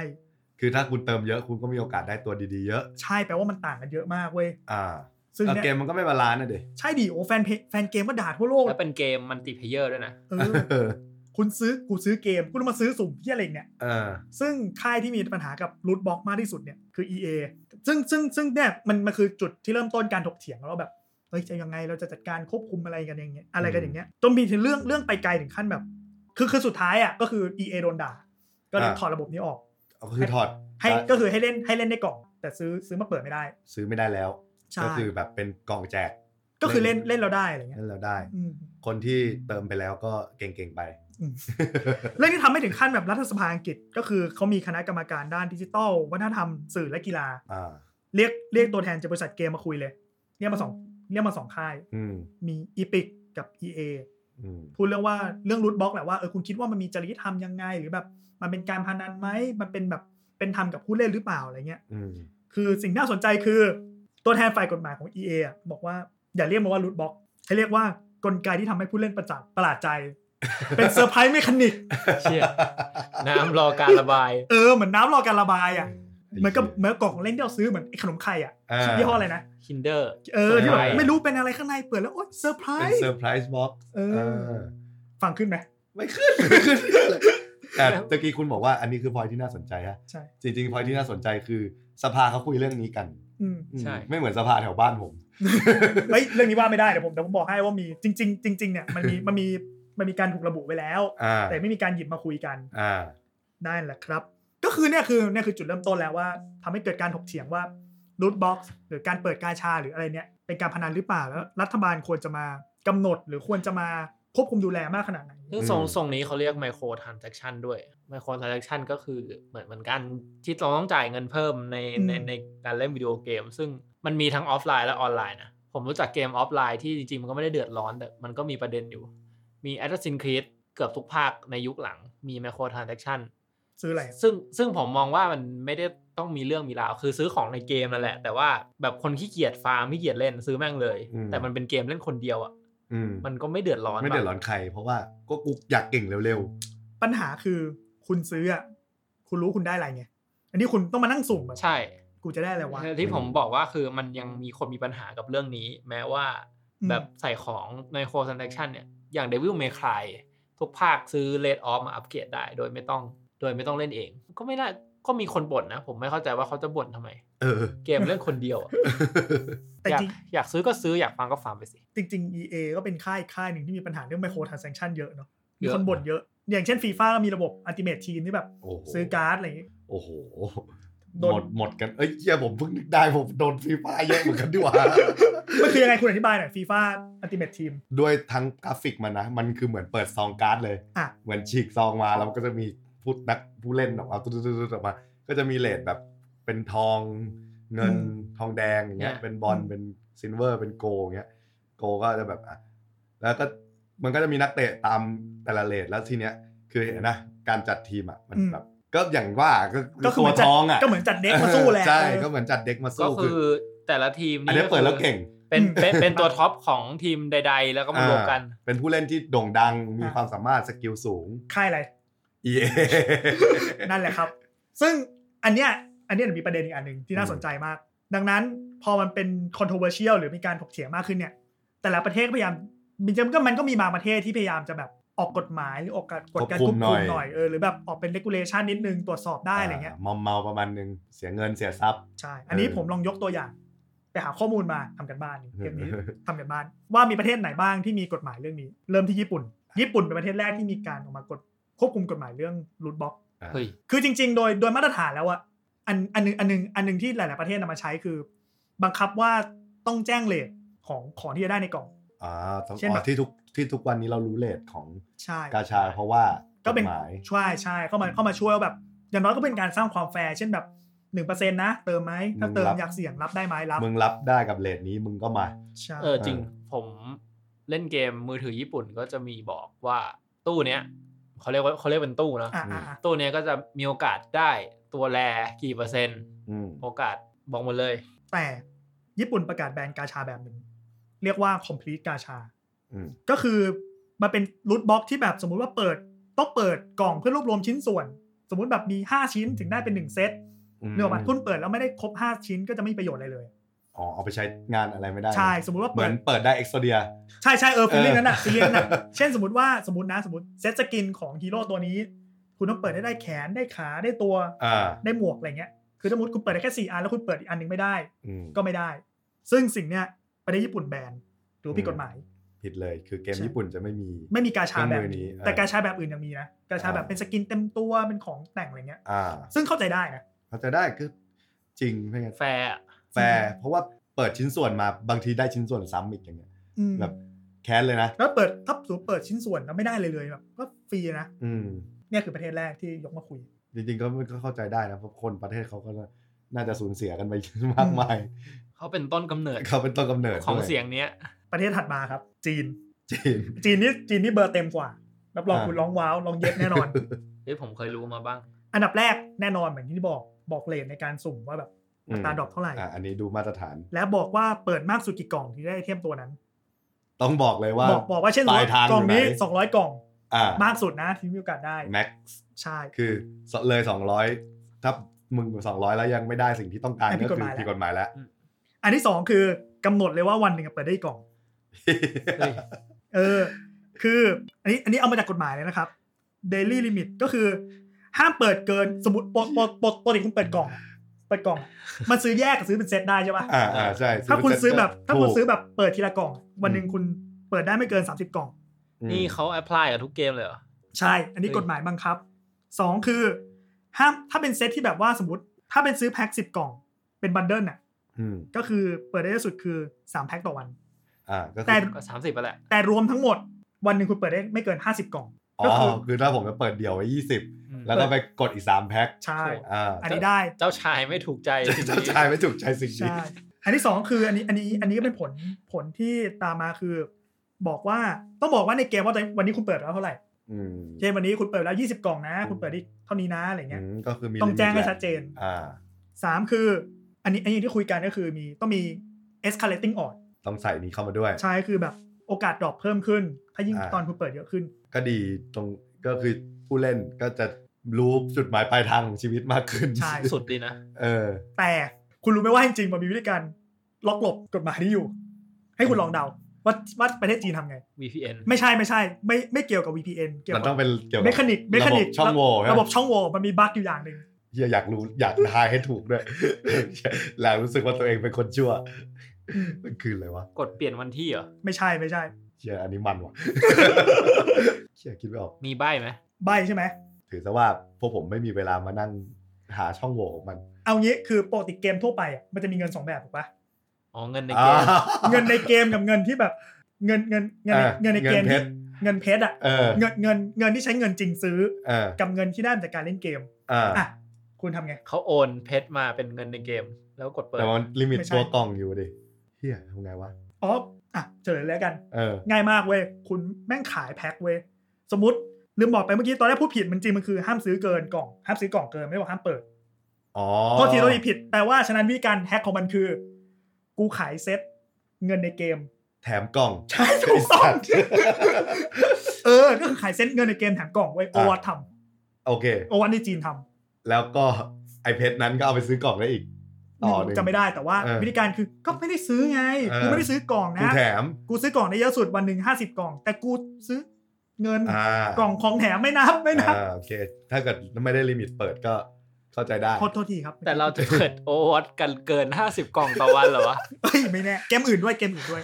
C: คือถ้าคุณเติมเยอะคุณก็มีโอกาสได้ตัวดีๆเยอะ
A: ใช่แปลว่ามันต่างกันเยอะมากเว้ย
C: อ่า
A: ซึ่ง
C: แล้ว
A: เนี่ย
C: เกมมันก็ไม่บาลานซ์นะเด็
A: ใช่ดิโอแฟนเพจแฟนเกมก็ด่าทั่วโลก
B: แล้วเป็นเกมมันติเพเยอร์ด้วย นะ
A: เออ คุณซื้อกูซื้อเกมคุณมาซื้อสุ่มที่อะไรเนี่ย
C: เออ
A: ซึ่งค่ายที่มีปัญหากับรูทบล็อกมากที่สุดเนี่ยคือ EA ซึ่งซึ่งซึ่งเนี่ยมันมันคือจุดที่เริ่มต้นการถกเถียงแล้วว่าแบบเฮ้ยจะยังไงเราจะจัดการควบคุมอะไรกันอย่างเงี้ยอะไรกันอย่างเงี้ยจนมีถึงเรื่องเรื่องไปไกลถึงขั้นแบบ คือคือสุดท้ายอ่ะก็คือ EA โดนด่า ก็เลย
C: อ่า
A: ถอดระบบนี้ออก
C: เอาคือถอด
A: ให้ก็คือให้เล่นให้เล่นได้กล่องแต่ซื้อซื้อมาเปิดไม่ได้
C: ซื้อไม่ได้แล้ว
A: ใช่
C: ก็คือแบบเป็นกล่องแจก
A: ก็คือเล่นเล่นเราได้อะไรเงี้ย
C: นั่นเราได้
A: อืม
C: คนที่เติมไปแล้วก็เก่งๆไป
A: อืม เรื่องที่ทำไม่ถึงขั้นแบบรัฐสภาอังกฤษ ก็คือเขามีคณะกรรมการด้านดิจิทัล วัฒนธรรมสื่อและกีฬา
C: อ่า
A: เรียกเรียกตัวแทนจากบริษัทเกมมาคุยเลยเรียกมาสองเรียกมาสองค่าย
C: อืม
A: มีอีพิกกับ EA
C: อืม
A: พูดเรื่องว่าเรื่องรูทบล็อกแหละว่าเออคุณคิดว่ามันมีจริยธรรมยังไง หรือแบบมันเป็นการพนันไหมมันเป็นแบบเป็นธรรมกับผู้เล่นหรือเปล่าอะไรเงี้ย
C: อืม
A: คือสิ่งน่าสนใจคือตัวแทนฝ่ายกฎหมายของ EA อะบอกว่าอย่าเรียกมันว่ารูทบล็อกให้เรียกว่ากลไกที่ทำให้ผู้เล่นประจักษ์ประหลาดใจ เป็นเซอร์ไพรส์เมคานิก
B: เชี่ย น้ำรอการระบาย
A: เออเหมือนน้ำรอการระบายอ่ะเหมือนกับ
C: ไ
A: เหมือนกล่องของเล่นที่เราซื้อเหมือนไอ้ขนมไข่อ่ะ
C: อ่า
A: ชื่อยี่ห้ออะไรนะ
B: Kinder
A: เออที่แบบ
C: เซอร์ไพรส์
A: ไม่รู้เป็นอะไรข้างในเปิดแล้วโอ๊ยเซอร์ไพร
C: เป็น
A: ส์
C: เซอร์ไพรส์บ็อก
A: เออ ฟังขึ้นไหม
C: ไม่ขึ้น ไม่ขึ้นเลยแต่ตะกี้คุณบอกว่าอันนี้คือพอยที่น่าสนใจฮะ
A: ใช่
C: จริงๆพอยที่น่าสนใจคือสภาเขาคุยเรื่องนี้กัน
A: อืม
C: อืม
B: ใช่
C: ไม่เหมือนสภาแถวบ้านผม
A: เฮ้ยเรื่องนี้ว่าไม่ได้เดี๋ยวผมเดี๋ยวผมบอกให้ว่ามีจริง ๆ จริง ๆ เนี่ยมันมีมันมีมันมีการถูกระบุไว้แล้ว
C: อ่า
A: แต่ไม่มีการหยิบมาคุยกัน
C: อ่า
A: นั่นแหละครับ ก็คือเนี่ยคือเนี่ยคือจุดเริ่มต้นแล้วว่าทำให้เกิดการถกเถียงว่ารูทบ็อกซ์หรือการเปิดกาชาหรืออะไรเนี่ยเป็นการพนันหรือเปล่าแล้ว รัฐบาลควรจะมากำหนดหรือควรจะมาควบคุมดูแลมากขนาดไหน
B: ซึ่งทรงทรงนี้เขาเรียกไมโครทราน a c t ชันด้วยไมโครทราน a c t ชันก็คือเหมือนเหมือนกันที่เราต้องจ่ายเงินเพิ่มในในในการเล่นวิดีโอเกม ซึ่งมันมีทั้งออฟไลน์และออนไลน์นะ ผมรู้จักเกมออฟไลน์ที่จริงๆ มันก็ไม่ได้เดือดร้อน แต่มันก็มีประเด็นอยู่ มี Assassin's Creed เกือบทุกภาคในยุคหลังมีไมโครทราน a c t ชัน
A: ซื้ออะไร
B: ซึ่งซึ่งผมมองว่ามันไม่ได้ต้องมีเรื่องมีราว คือซื้อของในเกมนั่นแหละ แต่ว่าแบบคนขี้เกียจฟาร์มขี้เกียจเล่นซื้อแม่งเลย
C: อืม
B: แต่มันเป็นเกมเล่นคนเดียวอ่ะ
C: อืม
B: มันก็ไม่เดือดร้อน
C: ไม่เดือดร้อนใคร เพราะว่าก็กูอยากเก่งเร็ว
A: ปัญหาคือคุณซื้ออะคุณรู้คุณได้อะไรไงอันนี้คุณต้องมานั่งสุ่มอะ
B: ใช่
A: กูจะได้อะไรวะ
B: ที่ผมบอกว่าคือมันยังมีคนมีปัญหากับเรื่องนี้ แม้ว่าแบบใส่ของในโคสันแทคชั่นเนี่ยอย่าง Devil May Cry ทุกภาคซื้อ Red Off มาอัปเกรดได้ โดยไม่ต้องโดยไม่ต้องเล่นเอง ก็ไม่น่าก็มีคนบ่นนะ ผมไม่เข้าใจว่าเขาจะบ่นทำไม
C: ๆเออ
B: เกมเล่นคนเดี ยวอะ
A: แต่
B: อยาก
A: จริง
B: อยากซื้อก็ซื้ออยากฟังก็ฟังไปสิ
A: จริงๆ EA ก็เป็นค่ายค่ายหนึ่งที่มีปัญหาเรื่องไมโครทราน a c t ชันเยอะเนาะ มี
B: เยอะ
A: คนบ่นเยอะ อย่างเช่นฟีฟ่าก็มีระบบอั t ติเม t ทีมที่แบบ
C: โอ้โห
A: ซื้อการ์ดอะไรอย่างงี้
C: โอ้โห
A: โด
C: ห
A: น
C: มดหมดกันเอ้ยเหี้ยผมเพิ่งนึกได้ผมโดนฟรีไฟเยอะเหมือนกันดีกว่า
A: มันคือยังไงคุณอธิบายหน่อยฟีฟ่าอั t ติเม t ทีม
C: ด้วยทั้งกราฟิกมันนะ มันคือเหมือนเปิดซองการ์ดเลย
A: อ่ะ
C: เหมือนฉีกซองมาแล้วมันก็จะมีผู้นักผู้เล่นออกมาตุ๊ดๆๆออกมา ก็จะมีเลทแบบเป็นทองเงิน
A: อืม
C: ทองแดงอย่างเงี้ย
B: เนี่ย
C: เป็นบอล
A: อืม
C: เป็นซิลเวอร์เป็นโกลอย่างเงี้ยโกลก็จะแบบอ่ะแล้วก็มันก็จะมีนักเตะตามแต่ละเลทแล้วทีเนี้ยคือเห็นนะการจัดทีมอ่ะมันแบบก็อย่างว่าก็
A: ก็คือ
C: ตั
A: เห
C: ว
A: มือนจั
C: ท
A: ด
C: องอ่ะ
A: ก็เหมือนจัดเด็กมาสู้แหละ
C: ใช่
A: เออ
C: ก็เหมือนจัดเด็กมา
B: ก็
C: สู้
B: คื
C: คือ
B: อแต่ละทีม
C: อันนี้เปิดแล้วเก่ง
B: เป็น
A: อืม
B: เป็นเป็นตัวท็อปของทีมใด ๆ แล้วก็มารวมกัน
C: เป็นผู้เล่นที่โด่งดังมี
A: อ่ะ
C: ความสามารถสกิลสูง
A: ค่ายอะไร
C: EA
A: นั่นแหละครับ ซึ่งอันเนี้ยอันเนี้ยมีประเด็นอีกอันหนึ่งที่น่า
C: อืม
A: สนใจมาก ดังนั้นพอมันเป็น controversial หรือมีการถกเถียงมากขึ้นเนี่ย แต่ละประเทศก็พยายามมันจะก็มันก็มีบางประเทศที่พยายามจะแบบออกกฎหมายหรือออกกฎการควบคุมหน่อยเออหรือแบบออกเป็น regulation นิดนึงตรวจสอบได้อะไรเงี้ย
C: มอมเมาประมาณนึง เสียเงินเสียทรัพย์
A: ใช่ อันนี้
C: เออ
A: ผมลองยกตัวอย่าง ไปหาข้อมูลมาทำกันบ้านเทปนี้ ทำกันบ้าน ว่ามีประเทศไหนบ้างที่มีกฎหมายเรื่องนี้ เริ่มที่ญี่ปุ่น ญี่ปุ่นเป็นประเทศแรกที่มีการออกมากฎควบคุมกฎหมายเรื่องรูทบ็อก
C: อ่ะ
B: เฮ้ย
A: คือจริง ๆ โดยโดยมาตรฐานแล้วอะอันอันหนึงอันหนึงอันหนึงที่หลาย ๆประเทศนำมาใช้คือ บังคับว่าต้องแจ้งเลทของของที่จะได้ในกล่อง
C: อ่าต้อง
A: เช่น
C: อ๋
A: แบ
C: อบ ที่ทุกที่ทุกวันนี้เรารู้เลทของ
A: ใช่
C: กาชาเพราะว่า
A: ก็เป็น
C: ฎหมาย
A: ใช่ใช่เข้ามาเข้ามาช่วยว่าแบบ อย่างน้อยก็เป็นการสร้างความแฟร์เช่นแบบหนึ่งเปอร์เซ็นต์นะเติมไหมถ้าเติมอยากเสี่ยงรับได้ไหมรับ
C: มึงรับได้กับเลทนี้มึงก็มา
A: ใช่
B: เออจริงผมเล่นเกมมือถือญี่ปุ่นก็จะมีบอกว่าตู้เนี้ยเขาเรียกว่าเขาเรียกเป็นตู้นะ
A: อ่ะอ่ะอ่ะ
B: ตู้เนี้ยก็จะมีโอกาสได้ตัวแรกี่เปอร์เซ็นต์
C: อืม
B: โอกาสบอกหมดเลย
A: แต่ญี่ปุ่นประกาศแบนกาชาแบบหนึ่งเรียกว่า complete กาชา
C: อืม
A: ก็คือมันเป็นรูทบ็อกที่แบบสมมุติว่าเปิดต้องเปิดกล่องเพื่อรวบรวมชิ้นส่วน สมมุติแบบมี 5 ชิ้นถึงได้เป็น 1 เซตเนื้อบัตรคุณเปิดแล้วไม่ได้ครบ 5 ชิ้นก็จะไม่มีประโยชน์อะไรเลย
C: อ๋อเอาไปใช้งานอะไรไม่ได้
A: ใช่สมมุติว่า
C: เหมื
A: เปิด
C: อนเปิดได้เอ็กโซเดีย
A: ใช่ใช่เออฟีลลิ่ง
C: เออ
A: นั้นน่ะฟีลลิ่งนั้นน่ะเช่นสมมติว่าสมมตินะสมมติเซตสกินของฮีโร่ตัวนี้ คุณต้องเปิดได้ได้แขนได้ขาได้ตัว
C: อ่า
A: ได้หมวกอะไรเงี้ยคือสมมติคุณเปิดได้แค่สี่อันแล้วคุณเปิดอีกอันหนึงไม่ได้
C: อืม
A: ก็ไม่ได้ ซึ่งสิ่งเนี้ยประเทศญี่ปุ่นแบนถือว่าผิดกฎหมาย
C: ผิดเลยคือเกม
A: ใช่
C: ญี่ปุ่นจะไม่มี
A: ไม่มีกาชาแบบ
C: เครื่องมือ
A: นี้
C: นี้เออ
A: แต่กาชาแบบอื่นยังมีนะกาชาแบบเป็นสกินเต็มตัวเป็นของแต่งอะไรเงี้ย
C: อ่า
A: ซึ่งเข้าใจได้นะ
C: เขาใจะได้คือจริงไม่งั้น
B: แฟร์อะ
C: แฟร์เพราะว่าเปิดชิ้นส่วนมาบางทีได้ชิ้นส่วนซ้ำอีกอย่างเงี้ย
A: อืม
C: แบบ แค้นเลยนะ
A: แล้วเปิดถ้าสูเปิดชิ้นส่วนแล้วไม่ได้เลยเลยแบบก็ฟรีนะ
C: อืม
A: เนี่ยคือประเทศแรกที่ยกมาคุย
C: จริงๆก็ก็เข้าใจได้นะเพราะคนประเทศเขาก็น่าจะสูญเสียกันไปเยอะมากมาย
B: เขาเป็นต้นกำเนิด
C: เขาเป็นต้นกำเนิด
B: ของ
C: ด้วย
B: เสียงเนี้ย
A: ประเทศถัดมาครับ จีน
C: จีน
A: จีนนี่จีนนี่เบอร์เต็มกว่ารับรอง
C: อ่า
A: คุณร้องว้าวร้องเย็บแน่นอน
B: เฮ้ยผมเคยรู้มาบ้าง
A: อันดับแรกแน่นอนเหมือนที่บอกบอกเลทในการสุ่มว่าแบบอัตราดรอปเท่าไหร่
C: อ่ะอันนี้ดูมาตรฐาน
A: และบอกว่าเปิดมากสุดกี่กล่องที่ได้ไอเทมตัวนั้น
C: ต้องบอกเลยว่า
A: บอกบอกว่าเช่น
C: ปลายทาง
A: กล่องนี้
C: ยู่ไห
A: 200 กล่อง
C: อ่าม
A: ากสุดนะที่มีโอกาสได้
C: แม็ก
A: ใช่
C: คือเลยสองร้อยถ้ามึงสองร้อยแล้วยังไม่ได้สิ่งที่ต้องการก็คือผิดกฎหมายแล้ว
A: อันที่ 2 คือกำหนดเลยว่าวันหนึ่งเปิดได้กี่กล่อง
B: เฮ้ย
A: เออ คืออันนี้อันนี้เอามาจากกฎหมายเลยนะครับ daily limit ก็คือ ห้ามเปิดเกินสมมติปกปกปกปกติคุณเปิดกล่อง เปิดกล่อง มันซื้อแยกกับซื้อเป็นเซตได้ใช่ปะ
C: อ่าอ่าใช่
A: ถ้าคุณซื้อแบบถ้าคุณซื้อ
C: ถูก
A: แบบเปิดทีละกล่อง วันหนึ่งคุณเปิดได้ไม่เกิน 30 กล่อง
C: อืม
B: นี่เขาแอพพลายกับทุกเกมเลยเหรอ
A: ใช่ อันนี้
B: เฮ้ย
A: กฎหมายบังคับสองคือห้ามถ้าเป็นเซตที่แบบว่าสมมติ ถ้าเป็นซื้อแพ็คสิบกล่อง เป็นบันเดิลน่ะ
C: อืม
A: ก็คือเปิดได้ที่สุดคือสามแพ็คต่อวัน
C: อ่าก็คื
A: แต่
C: อ
B: ก็สามสิบไปแหละ
A: แต่รวมทั้งหมด วันหนึ่งคุณเปิดได้ไม่เกินห้าสิบกล่อง
C: อ๋
A: ก็
C: อ
A: คือ
C: คือถ้าผมจะเปิดเดี่ยวไว้ยี่สิบแล้วก็ไปกดอีกสามแพ็ค
A: ใช่
C: อ่า
A: อันนี้ได้
B: เจ้าชายไม่ถูกใจสิ่ง
C: เจ้า
B: นี้
C: ชายไม่ถูกใจสิ่งนี้
A: ใช่ อันที่สองคืออันนี้อันนี้อันนี้ก็เป็นผลผลที่ตามมาคือ บอกว่าต้องบอกว่าในเกมว่าตอนนี้วันนี้คุณเปิดแล้วเท่าไหร่
C: อืม
A: เช่นวันนี้คุณเปิดแล้ว 20 กล่องนะ คุณเปิดได้เท่านี้นะอะไรเงี้ย
C: อืมก็คือมี
A: ต้องแจ้งให้
C: ลิมิ
A: ชัดเจน
C: อ่า
A: สามคือ อันนี้อันนี้ที่คุยกันก็คือมีต้องมี escalating odds
C: ต้องใส่นี้เข้ามาด้วย
A: ใช่คือแบบโอกาสดรอปเพิ่มขึ้น ถ้ายิ่ง
C: อ่า
A: ตอนคุณเปิดเยอะขึ้น
C: ก็ดีตรงก็คือผู้เล่นก็จะรู้จุดหมายปลายทางของชีวิตมากขึ้น
A: ใช่
B: สุดดีนะ
C: เออ
A: แต่คุณรู้ไหมว่าจริงๆมันมีวิธีการล็อกหลบกฎหมายที่อยู่ ให้คุณลองเดาว่าว่าประเทศจีนทำไง
B: VPN
A: ไม่ใช่ไม่ใช่ ไม่ไม่เกี่ยวกับ VPN เกี่ยว
C: มัน
A: กั
C: ต้อบ งเป็นเกี่ยวกับ
A: Mechanic Mechanic
C: ระบบช่องโหว่ใช่ไหม
A: ระบบช่องโหว่มันมีบั๊กอยู่อย่างหนึ่ง
C: เฮียอยากรู้อยากทายให้ถูก ด้วย แล้วรู้สึกว่าตัวเองเป็นคนชั่ว
A: อืม
C: มันคืออะไรวะ
B: กดเปลี่ยนวันที่เหรอ
A: ไม่ใช่ไม่ใช่
C: เฮียอันนี้มัน ว่ะ เฮียคิดไม่ออก
B: มีใบ้ไหม
A: ใบใช่ไหม
C: ถือซะว่าพวกผมไม่มีเวลามานั่งหาช่องโหว่ของมัน
A: เอางี้คือปกติเกมทั่วไปอ่ะมันจะมีเงินสองแบบถูกปะ
B: อ๋อเงินใน
C: อ่า
B: เกม
A: เงินในเกมกับเงินที่แบบ เงินเงินเงินใน
C: อ่ะ
A: เงินในเกม
C: เพ
A: ที่
C: ชร
A: เงินเพชรอ่ะ
C: เออ
A: เงินเงินเงินที่ใช้เงินจริงซื้อ
C: เออ
A: กับเงินที่ได้มาจากการเล่นเกม
C: อ่า
A: อ่ะคุณทำไง
B: เขาโอนเพชรมาเป็นเงินในเกม แล้วกดเปิด
C: แต่มันลิมิต
A: ไม่ใช่
C: ตัวกล่องอยู่ดิเฮียทำไงวะ
A: อ๋ออ่ะเฉลยแล้วกัน
C: เออ
A: ง่ายมากเว้ย คุณแม่งขายแพ็คเว้ย สมมติลืมบอกไปเมื่อกี้ตอนแรกพูดผิดมันจริงมันคือห้ามซื้อเกินกล่องห้ามซื้อกล่องเกินไม่ได้บอกห้ามเปิด
C: อ๋อ
A: โทษทีโทษทีผิดแปลว่าฉะนั้นวิธีการแฮ็กของมันคือ กูขายเซ็ตเงินในเกม
C: แถมกล่อง
A: ใช่ถูกต้อง
C: ไสัตว์
A: เออ ก็คือขายเซ็ตเงินในเกมแถมกล่องไว้ยโอ
C: อ่ะ
A: วัตท
C: โอเค
A: ำโอวัตในจีนท
C: แล้วก็ไอเพชรนั้นก็เอาไปซื้อกล่องได้อีก
A: ำ
C: ต่อหนึ่ง
A: จะไม่ได้แต่ว่า
C: เออ
A: วิธีการคือก็ไม่ได้ซื้อไง
C: เออ
A: กูไม่ได้ซื้อกล่อง
C: กู
A: นะ
C: แถม
A: กูซื้อกล่องได้เยอะสุดวันหนึ่งห้าสิบกล่อง แต่กูซื้อเงิน
C: อ่าก
A: ล่องของแถมไม่นับไม่นับ
C: อ่าโอเค ถ้าเกิดไม่ได้ลิมิตเปิดก็เข้าใจได้
A: ขอโทษทีครับ
B: แต่เราจะเปิดโอวอตกันเกิน 50 กล่องต่อวันเหรอวะ
A: เอ้ยไม่แน่เกมอื่นด้วยเกมอื่นด้วย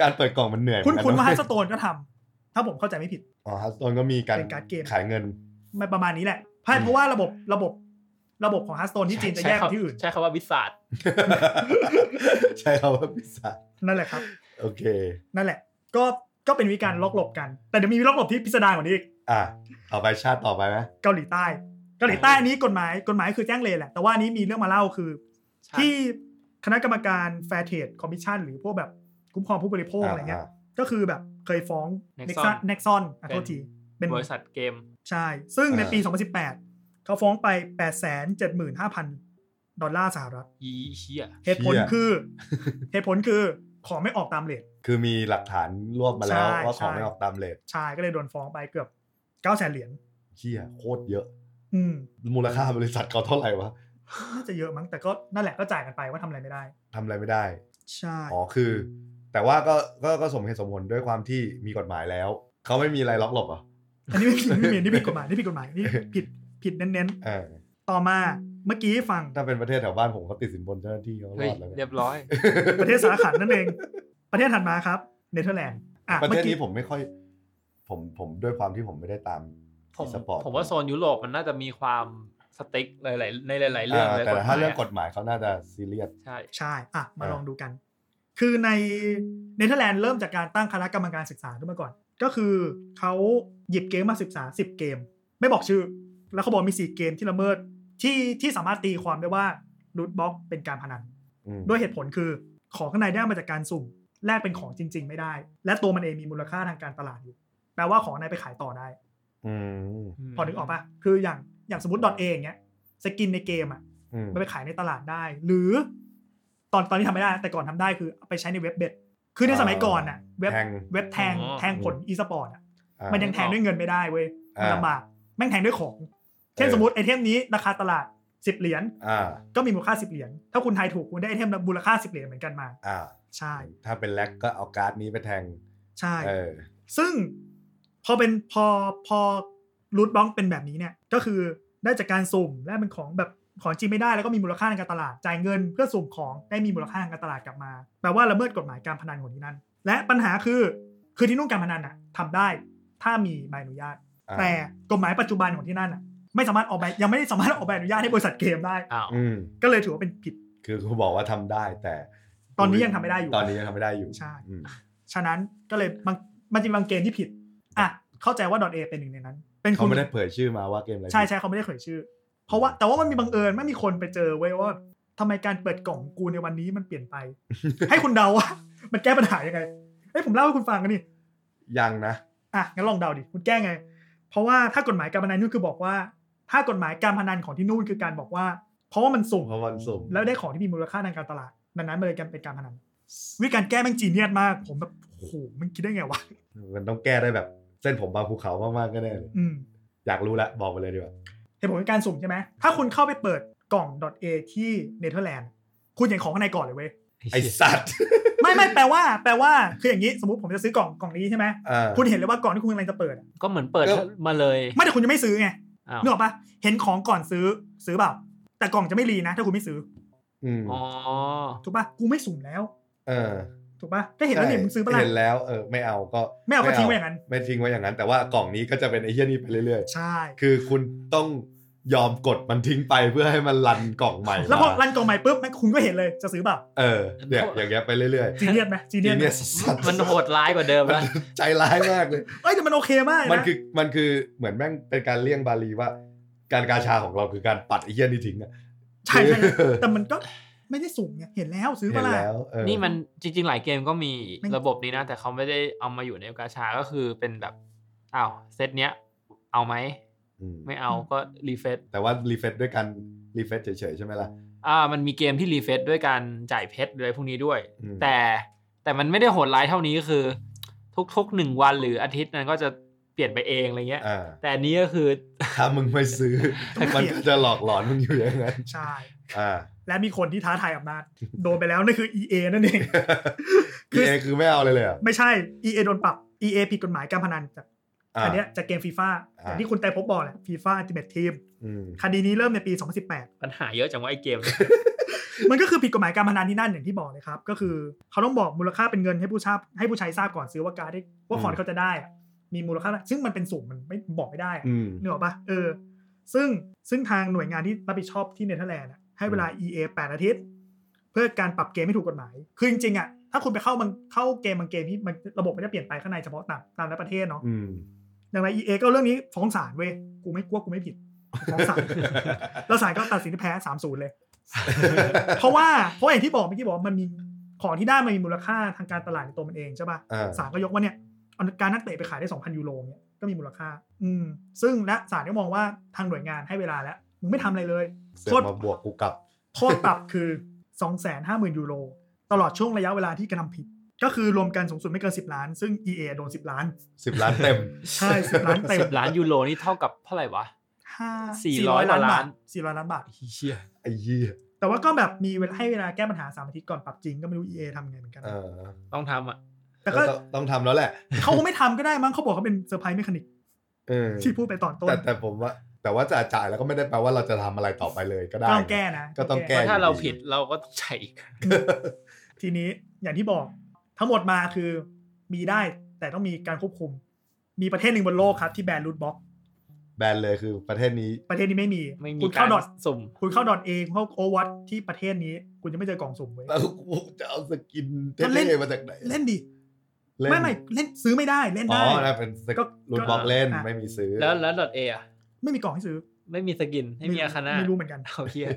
C: การเปิดกล่องมันเหนื่อย
A: คุณ
C: เหมือ
A: คุณ
C: กัะ
A: ว่าฮัสโตนก็ทำถ้าผมเข้าใจไม่ผิด
C: อ๋อฮัสโตนก็มีการ
A: เป็นการ์ดเกม
C: ขายเงิน
A: มันประมาณนี้แหละเพราะเพราะว่าระบบระบบระบบของฮัสโตนที่จีนจะแยกกับที่อื่น
B: ใช้คำว่าวิสาด
C: ใช่ครับว่าพิซซ่า
A: นั่นแหละครับ
C: โอเค
A: นั่นแหละ ก็ก็เป็นวิธีการล็อกหลบกัน แต่เดี๋ยวมีล็อกหลบที่พิสดารกว่านี้อีก
C: อ่ะต่อไปชาติต่อไปไหม
A: เกาหลีใต้เกาหลีใต้อันนี้กฎหมายกฎหมายคือแจ้งเลยแหละแต่ว่าอันนี้มีเรื่องมาเล่าคือ ที่คณะกรรมการแฟร์เทรดคอมมิชชั่นหรือพวกแบบคุ้มครองผู้บริโภคอะไรเงี้ย
C: า
A: ก็คือแบบเคยฟ้อง
B: Nexon
A: เน็กซอนอ่ะโทษทีเป็น
B: บริษัทเกม
A: ใช่ ซึ่งในปี 2018 เขาฟ้องไป 875,000 ดอลลาร์สหรัฐ
B: อีเชี่ย
A: เหตุผล คือ เหตุผลคือของไม่ออกตามเลท
C: คือมีหลักฐานรวบมาแล้ว
A: ใช่
C: ว่าของ
A: ใช่
C: ไม่ออกตามเลท
A: ชายก็เลยโดนฟ้องไปเกือบ 900,000 เหรียญ
C: เฮียโคตรเยอะ
A: อืม
C: มูลค่าบริษัทเขาเท่าไหร่วะ
A: น่าจะเยอะมั้ง แต่ก็นั่นแหละก็จ่ายกันไปว่าทำอะไรไม่ได้
C: ทำอะไรไม่ได้
A: ใช่
C: อ๋อคือ แต่ว่าก็ก็ก็สมเหตุสมผลด้วยความที่มีกฎหมายแล้ว เขาไม่มีอะไรล็อกหลบเหรอ่ะ
A: อันนี้ไม่ผิดไม่ผิดนี่ผิดกฎหมายนี่ผิดกฎหมายนี่ผิดผิดเน้น
C: เออ
A: ๆ ต่อมาเมื่อกี้ฟัง
C: ถ้าเป็นประเทศแถวบ้านผมเขาติดสินบนเจ้าหน้าที่เขาร
B: เฮ้ย
C: อดแล้ว
B: เรี
C: เนี่ย
B: ยบร้อย
A: ประเทศสารขันนั่นเอง ประเทศถัดมาครับ เนเธอร์แลนด์อ่ะ
C: ประเท
A: เมื่อ
C: ศ
A: กี้
C: นี้ผมไม่ค่อย ผมผมด้วยความที่ผมไม่ได้ตาม
B: ผม
C: สปอร์ต
B: ผมว่าโซนยุโรปมันน่าจะมีความสติ๊กหลายๆในหลาย ๆ เรื่อง
C: อ่า
B: เลย
C: แต่
B: กฎหมย
C: ถ้าเรื่อง
B: ะ
C: กฎหมายเขาน่าจะซีเรียส
B: ใช่
A: ใช่ อ่ะ มาลองดูกัน คือในเนเธอร์แลนด์เริ่มจากการตั้งคณะกรรมการศึกษาขึ้นมาก่อน ก็คือเขาหยิบเกมมาศึกษา 10 เกม ไม่บอกชื่อ แล้วเขาบอกมี 4 เกมที่ละเมิดที่ที่สามารถตีความได้ว่ารูทบ็อกเป็นการพนัน
C: อืม
A: ด้วยเหตุผลคือของข้างในได้มาจากการสุ่มแลกเป็นของจริง ๆ ไม่ได้ และตัวมันเองมีมูลค่าทางการตลาดอยู่แปลว่าของในไปขายต่อได้
C: อืม
A: พอนึกออกปะคืออย่างอย่างสมมติดอทเอย่างเงี้ยสกินในเกมอ่ะ
C: อืม
A: มันไปขายในตลาดได้ หรือตอนตอนนี้ทำไม่ได้ แต่ก่อนทำได้คือเอาไปใช้ในเว็บเบ็ดคือในสมัยก่อนอ่ะเว็บ
C: แทง
A: เว็บแทง
B: อ๋อ
A: แทงผลอีสปอร์ตอ่ะ
C: อ่า
A: มันยังแทงด้วยเงินไม่ได้เว้ยมัน
C: อ่า
A: ลำบากแม่งแทงด้วยของ เช่นสมมติไอเทมนี้ราคาตลาด10เหรียญ
C: อ่า
A: ก็มีมูลค่า10เหรียญถ้าคุณทายถูกคุณได้ไอเทมมูลค่า10เหรียญเหมือนกันมา
C: อ่า
A: ใช่
C: ถ้าเป็นแล็กก็เอาการ์ดนี้ไปแทง
A: ใช่
C: เออ
A: ซึ่งพอเป็นพอพอรูทบล็อกเป็นแบบนี้เนี่ย ก็คือได้จากการสุ่มและเป็นของแบบของจริงไม่ได้แล้วก็มีมูลค่าทางการตลาดจ่ายเงินเพื่อสุ่มของได้มีมูลค่าทางการตลาดกลับมาแปลว่าละเมิดกฎหมายการพนันของที่นั่นและปัญหาคือคือที่นู่นการพนันอะทำได้ถ้ามีใบอนุญาต
C: อ่า
A: แต่กฎหมายปัจจุบันของที่นั่นอะไม่สามารถออกใบยังไม่ได้สามารถออกใบอนุญาตให้บริษัทเกมได้
B: อ้าว
C: อืม
A: ก็เลยถือว่าเป็นผิด
C: คือกูบอกว่าทำได้แต่
A: ตอนนี้ยังทำไม่ได้อยู่
C: ตอนนี้ยังทำไม่ได้อยู่
A: ใช่
C: อืม
A: ฉะนั้นก็เลยบางมันจะมีบางเกมที่ผิดอ่ะเข้าใจว่าดอทเอเป็นหนึ่งในนั้น เป็น
C: เขา
A: คุณ
C: ไม่ได้เผยชื่อมาว่าเกมอะไร
A: ใช่ใช่เขาไม่ได้เผยชื่อ เพราะว่าแต่ว่ามันมีบังเอิญไม่มีคนไปเจอไว้ยว่าทำไมการเปิดกล่องกูในวันนี้มันเปลี่ยน ไป ให้คุณเดาว่า มันแก้ปัญหายังไงเอ้ยผมเล่าให้คุณฟังกันนี่
C: ยังนะ
A: อ่ะงั้นลองเดาดิคุณแก้ไง เพราะว่าถ้ากฎหมายการพนันนู่นคือบอกว่า ถ้ากฎหมายการพนันของที่นู่นคือการบอกว่า เพราะว่ามันสุ่ม
C: เพราะวันสุ่ม
A: แล้วได้ของที่มีมูลค่าทางการตลาดดังนั้นมันเลยกันเป็นการพนันวิธีการแก้แม่งจีเนียสมากผมแบบโอ้โหมันคิดได้ไงวะ
C: มันต้องแก้ได้แบบ เส้นผมบางภูเขามากๆก็แน่เลย
A: อืม
C: อยากรู้ละบอกไปเลยดีกว่า
A: เหตุผลของการสุ่มใช่ไหม ถ้าคุณเข้าไปเปิดกล่อง .a ที่เนเธอร์แลนด์ คุณเห็นของข้างในก่อนเลยเว้ย
C: ไอสัตว์
A: ไม่ไม่แปลว่า แปลว่า คืออย่างนี้ สมมติผมจะซื้อกล่องกล่องนี้ใช่ไหม
C: อ่า
A: คุณเห็นเลยว่ากล่องที่คุณกำลังจะเปิดอะ
B: ก็เหมือนเปิด
C: ก็
B: มาเลย
A: ไม่แต่คุณจะไม่ซื้อไง
B: อ้าว
A: นึกออกปะเห็นของก่อนซื้อ ซื้อเปล่า แต่กล่องจะไม่รีนะ ถ้าคุณไม่ซื้อ
C: อืม
B: อ๋อ
A: ถูกปะกูไม่สุ่มแล้ว
C: เออ
A: ถูกปะก็เห็นแล้วเนี่ยมึงซื้อปะล่ะ
C: เห็นแล้วเออไม่เอาก็
A: ไม่เอาก็ทิ้งไว้อย่างนั้น
C: ไม่ทิ้งไว้อย่างนั้น แต่ว่ากล่องนี้ก็จะเป็นไอเหี้ยนี่ไปเรื่อย
A: ใช่
C: ๆ คือคุณต้องยอมกดมันทิ้งไปเพื่อให้มันรันกล่องใหม่
A: แล้วพอ
C: มา
A: รันกล่องใหม่ปุ๊บแม่งคุณก็เห็นเลย จะซื้อเปล่า
C: เออเนี่ยอย่างเงี้ยไปเรื่อย
A: จีเนียสไหมจี
C: ๆ
A: เนียสไหม
C: เนี่ย สัตว์
B: มันโหดร้ายกว่าเดิม
C: มัน
B: แล้ว
C: ใจร้ายมากเลย
A: เอ้ยแต่มันโอเคมากเลยนะ
C: มันคือมันคือเหมือนแม่งเป็นการเลี่ยงบาลีว่า การกาชาของเราคือการปัดไอ้เหี้ยนี่ทิ้งอะ
A: ใช่ใช่ ใช่แต่มันก็ไม่ได้สุ่มไง เห็นแล้วซื้อ
C: เห็
A: ปะ
C: น
A: ล่ะ
C: แล้วเออ
B: นี่มันจริง ๆ หลายเกมก็มี
A: มัน
B: ระบบนี้นะ แต่เขาไม่ได้เอามาอยู่ในกาชาก็คือเป็นแบบอ้าวเซตเนี้ย เอาไหม
C: อืม
B: ไม่เอาก็รีเฟซ
C: แต่ว่ารีเฟซด้วยกันรีเฟซเฉยๆใช่ไหมล่ะ
B: อ่ามันมีเกมที่รีเฟซด้วยการจ่ายเพชรอะไรพวกนี้ด้วย
C: อืม
B: แต่แต่มันไม่ได้โหดร้ายเท่านี้ก็คือ ทุกๆหนึ่งวันหรืออาทิตย์นั้นก็จะเปลี่ยนไปเองอะไรเงี้ย
C: อ่า
B: แต่อันนี้ก็คือ
C: ถ้ามึงไม่ซื้อ มันก็จะหลอกหลอนมึงอยู่อย่างนั้น
A: ใช่
C: อ่า
A: และมีคนที่ท้าทายอำนาจ โดนไปแล้วนั่นคือ EA นั่นเอง คื
C: คือ อคือไม่เอาเลยเลยเหรอ
A: ไม่ใช่ EA โดนปรับ EA ผิดกฎหมายการพนันจาก
C: อ่ะ
A: อันเนี้ยจากเกมฟีฟ่า
C: อ่า
A: อย่างที่คุณไตรภพบบอกแหละฟีฟ่าอัลติเมททีม
C: อืม
A: คดีนี้เริ่มในปี
B: ปัญหาเยอะจังว่าไอ้เกม
A: 2018 มันก็คือผิดกฎหมายการพนันที่นั่นอย่างที่บอกเลยครับ ก็คือเขาต้องบอกมูลค่าเป็นเงินให้ผู้ชาให้ผู้ใช้ทราบก่อนซื้อว่าการได้ว่าของที่เขาจะได้อะมีมูลค่า ซึ่งมันเป็นสูงมันไม่บอกไม่ได้อะ
C: อืม
A: นึกออกปะเออ ซึ่งซึ่งทางหน่วยงานที่รับผิดชอบที่เนเธอร์แลนด์อะให้เวลา EA 8 อาทิตย์ เพื่อการปรับเกมให้ถูกกฎหมาย คือจริงๆอ่ะ ถ้าคุณไปเข้ามันเข้าเกมบางเกมที่มันระบบไม่ได้เปลี่ยนไปข้างในเฉพาะต่างตามและประเทศเนาะ
C: อืม
A: ดังนั้น EA ก็เอาเรื่องนี้ฟ้องศาลเว้ย กูไม่กลัวกูไม่ผิด ฟ้อง ศาล แล้วศาลก็ตัดสินแพ้สามศูนย์เลย เพราะว่าเพราะอย่างที่บอกเมื่อกี้บอกว่ามันมีของที่ได้มันมีมูลค่าทางการตลาดในตัวมันเองใช่ป่ะ
C: อ่า
A: ศาลก็ยกว่าเนี่ยเอาการนักเตะไปขายได้ 2,000 ยูโรเนี่ยก็มีมูลค่า อืม ซึ่งและศาลก็มองว่าทางหน่วยงานให้เวลาแล้ว มึงไม่ทำอะไรเลย
C: เสือกมาบวกกูกลับ
A: โทษปรับคือ 250,000 ยูโร ตลอดช่วงระยะเวลาที่กระทำผิด ก็คือรวมกันสูงสุดไม่เกิน 10 ล้าน ซึ่ง EA โดน 10 ล้าน
C: 10 ล้านเต็ม
A: ใช่ 10 ล้านเต็ม
B: สิบล้านยูโรนี่เท่ากับเท่าไหร่วะ
A: ห้า
B: 400
A: ล้านบา
B: ล้า
A: ท
B: น
A: 400 ล้านบาท
B: เชี่ย
C: ไอ้เหี้ย
A: แต่ว่าก็แบบมีเวลาให้เวลาแก้ปัญหา 3 อาทิตย์ก่อนปรับจริงก็ไม่รู้ EA ทำยังไงเหมือนกัน
C: เออ
B: ต้องทำอ่ะ
A: แต่ก็
C: ต้องต้องทำแล้วแหละ
A: เขาคงไม่ทำก็ได้มั้งเขาบอกเขาเป็นเซอร์ไพรส์เมคานิก
C: เออ
A: ที่พูดไปตอนต้น
C: แต่แต่ผมว่า แต่ว่าจะจ่ายแล้วก็ไม่ได้แปลว่าเราจะทำอะไรต่อไปเลยก็ได้
A: ก็ต้องแก้นะ
C: ก็ต้องแก้
B: เพราะถ้าเราผิดเราก็ต้องใช้อีก
A: ทีนี้อย่างที่บอกทั้งหมดมาคือมีได้แต่ต้องมีการควบคุม มีประเทศหนึ่งบนโลกครับที่แบนรูทบล็อก
C: แบนเลยคือประเทศนี้
A: ประเทศนี้ไม่มี
B: ไม่มี
A: คุณ
B: กา
A: เข้าร ดอท
B: สุ่ม
A: คุณเข้าดอทเองเข้าโอวัตที่ประเทศนี้ คุณจะไม่เจอกล่องสุ่มเว้ย
C: แล้วกูจะเอาสกินเท่
A: ก็เล่น
C: ๆมาจากไหน
A: เล่นดิ
C: เล่น
A: ไม่ไม่เล่นซื้อไม่ได้เล่น
C: อ๋อ
A: ได้
C: นะเป็นสกิ
A: ก็
C: นรูด
A: ก็
C: บล็อกเล่น
A: อ่ะ
C: ไม่มีซื้อ
B: แล้วแล้วดอทเออะ
A: ไม่มีกล่องให้ซื้อ
B: ไม่มีสกินไม่มีอาคาน่า
A: ไม่รู้เหมือนกัน
B: เอาเฮีย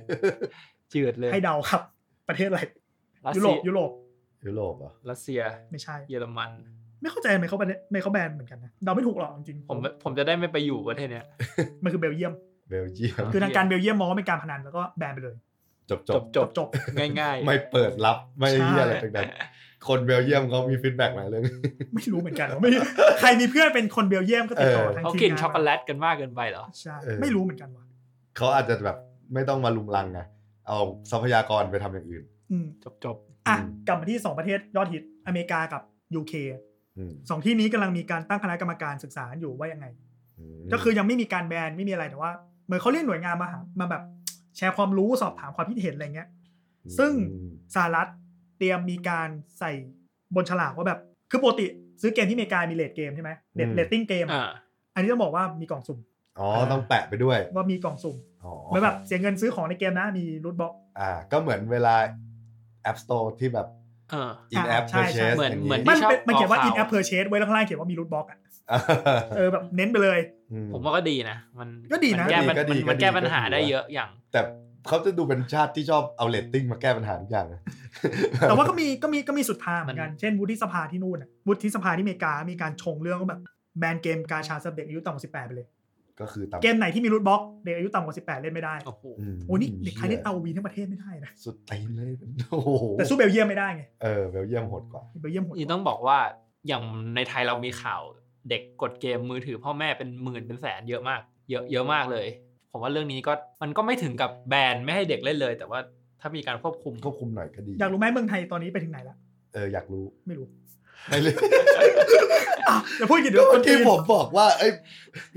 B: จืดเลย
A: ให้เดาครับ ประเทศอะไร
B: รัส
A: ยุโร
B: เซี
A: ป
B: ย
A: ยุโรป
C: ยุโรปเหรอ่ะ
B: รัสเซีย
A: ไม่ใช่
B: เยอรมัน
A: ไม่เข้าใจทำไมเขาแบนทำไมเขาแบนเหมือนกันนะเดาไม่ถูกหรอกจริงๆ
B: ผมผมจะได้ไม่ไปอยู่ประเทศเนี้ย
A: มันคือเบลเยียม
C: เบลเยียม
A: คือทางการเบลเยียมมองว่าเป็นการพนันแล้วก็แบนไปเลย
C: จบจ
B: จ
C: บบ
B: จบ
A: จบ
B: ง่ายๆ
C: ไม่ เปิดรับไม่
A: ใช่
C: เหี้ยอะไรทั้งนั้นคนเบลเยียมเขามีฟีดแบ็กหลายเรื่อง
A: ไม่รู้เหมือนกันไม่ใครมีเพื่อนเป็นคนเบลเยียมก็ติดต่อ
C: เออ
A: ทาง
B: เขา
A: ทีม
B: กิน
A: งาน
B: ช็อกโกแลตกันมากเกินไปเหรอ
A: ใช่
C: เออ
A: ไม่รู้เหมือนกันว่ะ
C: เขาอาจจะแบบไม่ต้องมาลุมลังไงเอาทรัพยากรไปทำอย่างอื่น
A: อืม
B: จบจบ
A: อ่ะ
C: อืม
A: กลับมาที่สองประเทศยอดฮิตอเมริกากับยูเค
C: อืม
A: สองที่นี้กำลังมีการตั้งคณะกรรมการศึกษาอยู่ว่ายังไง
C: ม
A: ก็คือยังไม่มีการแบนไม่มีอะไรแต่ว่า เหมือนเขาเรียกหน่วยงานมาหามาแบบแชร์ความรู้สอบถามความคิดเห็นอะไรเงี้ย ซึ่ง
C: อืม
A: สหรัฐเตรียมมีการใส่บนฉลากว่าแบบ คือปกติซื้อเกมที่อเมริกามีเลทเกมใช่ไหมเลทเลตติ้งเกม
B: อ่า
A: อันนี้ต้องบอกว่ามีกล่องสุ่ม
C: อ๋อต้องแปะไปด้วย
A: ว่ามีกล่องสุ่ม
C: อ๋อ
A: เหมือนแบบเสียเงินซื้อของในเกมนะมีรูทบ็อก
C: อ่า ก็เหมือนเวลา App Store ที่แบบ
B: อ่า
C: in app
A: อ่าใช่ใช่
C: purchase
B: เหมือน
C: ย่าง
B: เหมือน
A: มัน
B: ชบ
A: เป็นมันเขียนว่า
B: ออกข่าว
A: in app purchase ไว้แล้วข้างล่างเขียนว่ามีรูทบ็อกอ่ะ
C: อ่า
A: เออแบบเน้นไปเลย
B: ผมว่าก็ดีนะ มัน
A: ก็ดีนะ
B: มัแก้ปัญ
C: ก็ดี
B: มันมั
C: ก็ดี
B: นแก้ปัญหา
C: ก็ดี
B: ได้เยอะอย่าง
C: แต่เขาจะดูเป็นชาติที่ชอบเอาเลตติ้งมาแก้ปัญหาทุกอย่างนะ
A: แต่ว่าก็มีก็มีก็มีสุดทางเหมือนกัน
B: มัน
A: เช่นวุฒิสภาที่นู่นอะวุฒิสภาที่อเมริกา มีการชงเรื่องว่าแบบแบนเกมกาชาสำหรับเด็กอายุต่ำกว่า 18 ไปเลย
C: ก็คือตาม
A: เกมไหนที่มีรูทบ็อกเด็กอายุต่ำกว่า 18 เล่นไม่ได้
B: โอ้โห
C: อืม
A: โอ้นี่เด็กไทยเล่นเอาวีทั้งประเทศไม่ได้นะ
C: สุดตีนเลยโอ้โห
A: แต่สู้เบลเยียมไม่ได้ไง
C: เออเบลเยียมโหดกว่า
A: เบลเยียมโหด
B: นี่ต้องบอกว่าอย่างในไทยเรามีข่าว เด็กกดเกมมือถือพ่อแม่เป็นหมื่นเป็นแสนเยอะมาก เยอะเยอะมากเลย ผมว่าเรื่องนี้ก็มันก็ไม่ถึงกับแบนไม่ให้เด็กเล่นเลย แต่ว่าถ้ามีการควบคุม
C: ควบคุมหน่อยก็ดี
A: อยากรู้ไหมเมืองไทยตอนนี้ไปถึงไหนละ
C: เอออยากรู้
A: ไม่รู้
C: ไม่เลย
A: อ่ะอย่าพูดกินเดี๋
C: ก็
A: ยว
C: เมื่อ
A: จี
C: กี้
A: น
C: ผมบอกว่าเอ้ย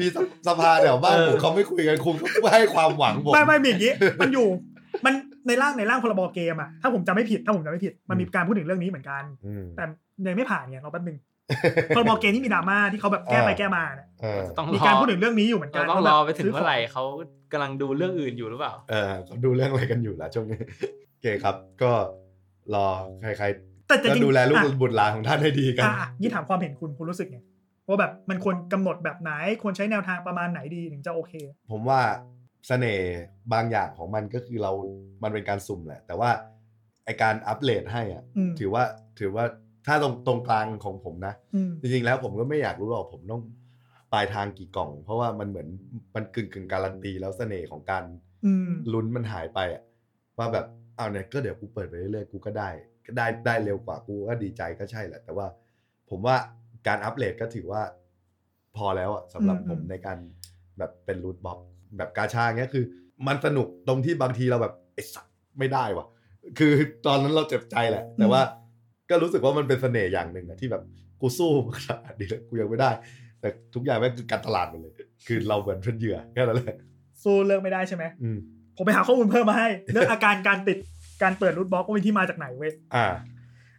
C: มีสภาแถวบ้านผมเขาไม่คุยกันคุณก็ไม่ให้ความหวังผม
A: ไม่ไม่มีอย่างนี้มันอยู่ มันในร่างในร่างพรบเกมอ่ะถ้าผมจำไม่ผิดถ้าผมจำไม่ผิดมันมีการพูดถึงเรื่องนี้เหมือนกัน
C: อืม
A: แต่ยังไม่ผ่านไงรอแป๊บนึง พรบเกมที่มีดราม่าที่เขาแบบแก้ไป
C: อ่า
A: แก้มาเนี่ย
C: เออ
B: ต้องร
A: มี
B: อ
A: การพูดถึงเรื่องนี้อยู่เหมือนกัน
B: เราต้องรอไปถึง
A: ซื้ข
B: เมื่อไหร่เขากำลังดูเรื่องอื่นอยู่หรือเปล่า
C: เออเขาดูเรื่องอะไรกันอยู่ล่ะช่วงนี้โอเคครับ ก็รอใคร
A: แต่
C: ๆ
A: จะ
C: ก็
A: จริง
C: ดูแลลูก
A: อ่ะ
C: บุตรหลานของท่านให้ดีกัน
A: อ่ะอ่ะนี่ถามความเห็นคุณคุณรู้สึกไงว่าแบบมันควรกำหนดแบบไหนควรใช้แนวทางประมาณไหนดีถึงจะโอเค
C: ผมว่าเสน่ห์บางอย่างของมันก็คือเรา มันเป็นการสุ่มแหละ แต่ว่าไอการอัปเดตให้อ่ะ
A: อืม
C: ถือว่า ถือว่าถ้าตรงตรงกลางของผมนะ
A: อืม
C: จริงๆแล้วผมก็ไม่อยากรู้หรอกผมต้องปลายทางกี่กล่อง เพราะว่ามันเหมือนมันกึ่งกึ่งๆการันตีแล้วเสน่ห์ของการ
A: อืม
C: ลุ้นมันหายไปอ่ะว่าแบบเอาวเนี่ยก็เดี๋ยวกูเปิดไปเรื่อยๆกูก็ได้ก็ได้ได้เร็วกว่ากูก็ดีใจก็ใช่แหละ แต่ว่าผมว่าการอัปเดตก็ถือว่าพอแล้วอ่ะสำหรับผมในการแบบเป็นรูทบ็อกแบบกาชาเงี้ยคือ มันสนุกตรงที่บางทีเราแบบไอ้สัตว์ไม่ได้ว่ะ คือตอนนั้นเราเจ็บใจแหละ แต่ว่าก็รู้สึกว่ามันเป็นเสน่ห์อย่างหนึ่งนะที่แบบกูสู้มาขนาดนี้แล้วกูยังไม่ได้ แต่ทุกอย่างแม่งคือการตลาดหมดเลย คือเราเหมือนเป็นเหยื่อแค่นั้นแหละ
A: สู้เรื่องไม่ได้ใช่ไหม
C: อืม
A: ผมไปหาข้อมูลเพิ่มมาให้ เรื่องอาการการติดการเปิดรูทบล็อกว่ามีที่มาจากไหนเว้ย
C: อ่า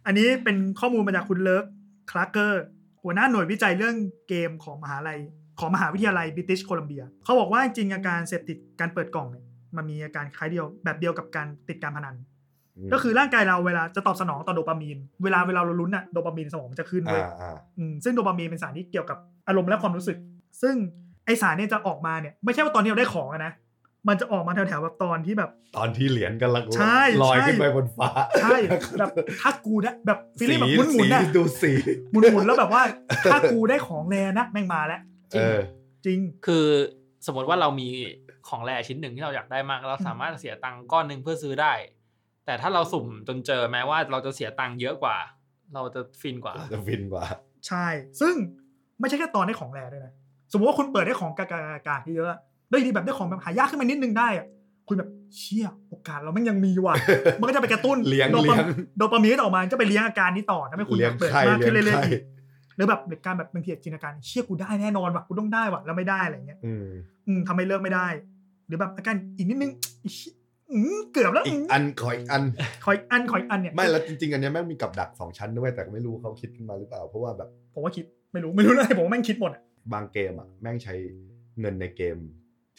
A: อันนี้เป็นข้อมูลมาจากคุณเลิฟคลาร์เกอร์หัวหน้าหน่วยวิจัยเรื่องเกมของมหาลัยของมหาวิทยาลัยบริติชโคลัมเบียเขาบอกว่าจริงๆอาการเสพติดการเปิดกล่องเนี่ยมันมีอาการคล้ายเดียวแบบเดียวกับการติดการพนัน ก็คือร่างกายเราเวลาจะตอบสนองต่อโดปามีน เวลาเวลาเราลุ้นอะโดปามีนสมองมันจะขึ้นเว้ย
C: อ่าอ่า
A: อืมซึ่งโดปามีนเป็นสารที่เกี่ยวกับอารมณ์และความรู้สึก ซึ่งไอสารเนี่ยจะออกมาเนี่ยไม่ใช่ว่าตอนที่เราได้ของอะนะมันจะออกมาแถวๆแบบตอนที่แบบ
C: ตอนที่เหรียญกำลัง
A: ใช่
C: ลอย
A: ใช่
C: ขึ้นไปบนฟ้า
A: ใช่แบบถ้ากูได้แบบฟีลลิ่งแบบห
C: สี
A: มุนๆนะ
C: สีดูสี
A: หมุนๆแล้วแบบว่าถ้ากูได้ของแลนะแม่งมาแล้ว
B: จริง
C: เออ
A: จริง
B: คือสมมติว่าเรามีของแร่ชิ้นหนึ่งที่เราอยากได้มาก เราสามารถเสียตังค์ก้อนหนึ่งเพื่อซื้อได้ แต่ถ้าเราสุ่มจนเจอแม้ว่าเราจะเสียตังค์เยอะกว่า เราจะฟินกว่า
C: จะฟินกว่า
A: ใช่ ซึ่งไม่ใช่แค่ตอนได้ของแรด้วยนะ สมมติว่าคุณเปิดได้ของกากากาเยอะๆได้ดีแบบได้ของแบบหายากขึ้นมานิดนึงได้อะคุณแบบเชี่ยโอกาสเราแม่งยังมี ว่ะ มันก็จะไปกระตุ้น
C: เลี้ยง
A: โด
C: เลี้
A: ปาย
C: ง
A: โดปามีนออกมาก็ไปเลี้ยงอาการนี้ต่อทำให้คุณ
C: เลี้ยง
A: เปิด
C: ไข่
A: มากขึ้น
C: เลี้
A: เรื่
C: ย
A: อยๆ
C: งไข่
A: อีกหรือแบบการแบบบางทีจินตนาการเชี่ยกูได้แน่นอนว่ะกูต้องได้ว่ะแล้วไม่ได้อะไรเงี้ย
C: อืม
A: อืมทำให้เลิกไม่ได้ หรือแบบอาการอีกนิดนึงอีเหี้ยอืมเกือบแล้ว
C: อี
A: อื
C: ก
A: ม
C: อันขออีกอัน
A: ขออีกอันขออีกอันเนี่ย
C: ไม่แล้วจริงๆอันเนี้ยแม่งมีกับดักสองชั้นด้วยแต่ไม่รู้เขาคิดขึ้นมาหรือเปล่า เพราะว่าแบบ
A: ผมว่าคิดไม่รู้ไม่รู้เลยผมว่าแม่งคิดหมดอะ
C: บางเกมอ่ะแม่งใช้ เงินในเกม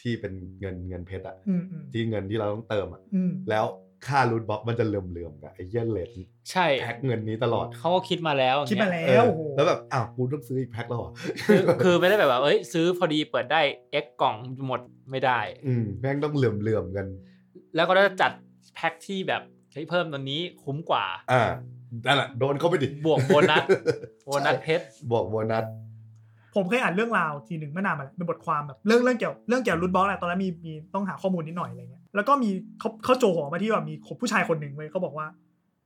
C: ที่เป็นเงินเงินเพชรอะ
A: อืมอืม
C: ที่เงินที่เราต้องเติมอะ
A: อืม
C: แล้วค่ารูทบ็อกมันจะเหลื่อมๆกับไอ้เหี้ยเลท
B: ใช่
C: แพ็คเงินนี้ตลอด
B: เขาก็คิดมาแล้วอย่ง
A: คิด
B: เงี้
A: มาย แล้ว
C: เออ
A: โอ้โห
C: แล้วแบบอ้าวกูต้องซื้ออีกแพ็คแล้วเหรอ
B: คือคือไม่ได้แบบว่าเอ้ยซื้อพอดีเปิดได้ X กล่องหมดไม่ได้
C: อืมแม่งต้องเหลื่อมๆกัน
B: แล้วก็จะจัดแพ็คที่แบบใช้ยเพิ่มตอนนี้คุ้มกว่า
C: อ่านั่นแหละโดนเข้าไปดิ
B: บวกโบนั ส โบนัส
C: ใช่
B: เพชร
C: บวกโบนัส
A: ผมเคยอ่านเรื่องราวทีหนึ่งเมื่อนานมาแล้วเป็นบทความแบบเรื่องเรื่องเกี่ยวเรื่องเกี่ยวรูทบล็อกแหละตอนนั้นมีมีต้องหาข้อมูลนิดหน่อยอะไรเงี้ยแล้วก็มีเขาเขาโจหัวมาที่ว่ามีผู้ชายคนหนึ่งเว้ยเขาบอกว่า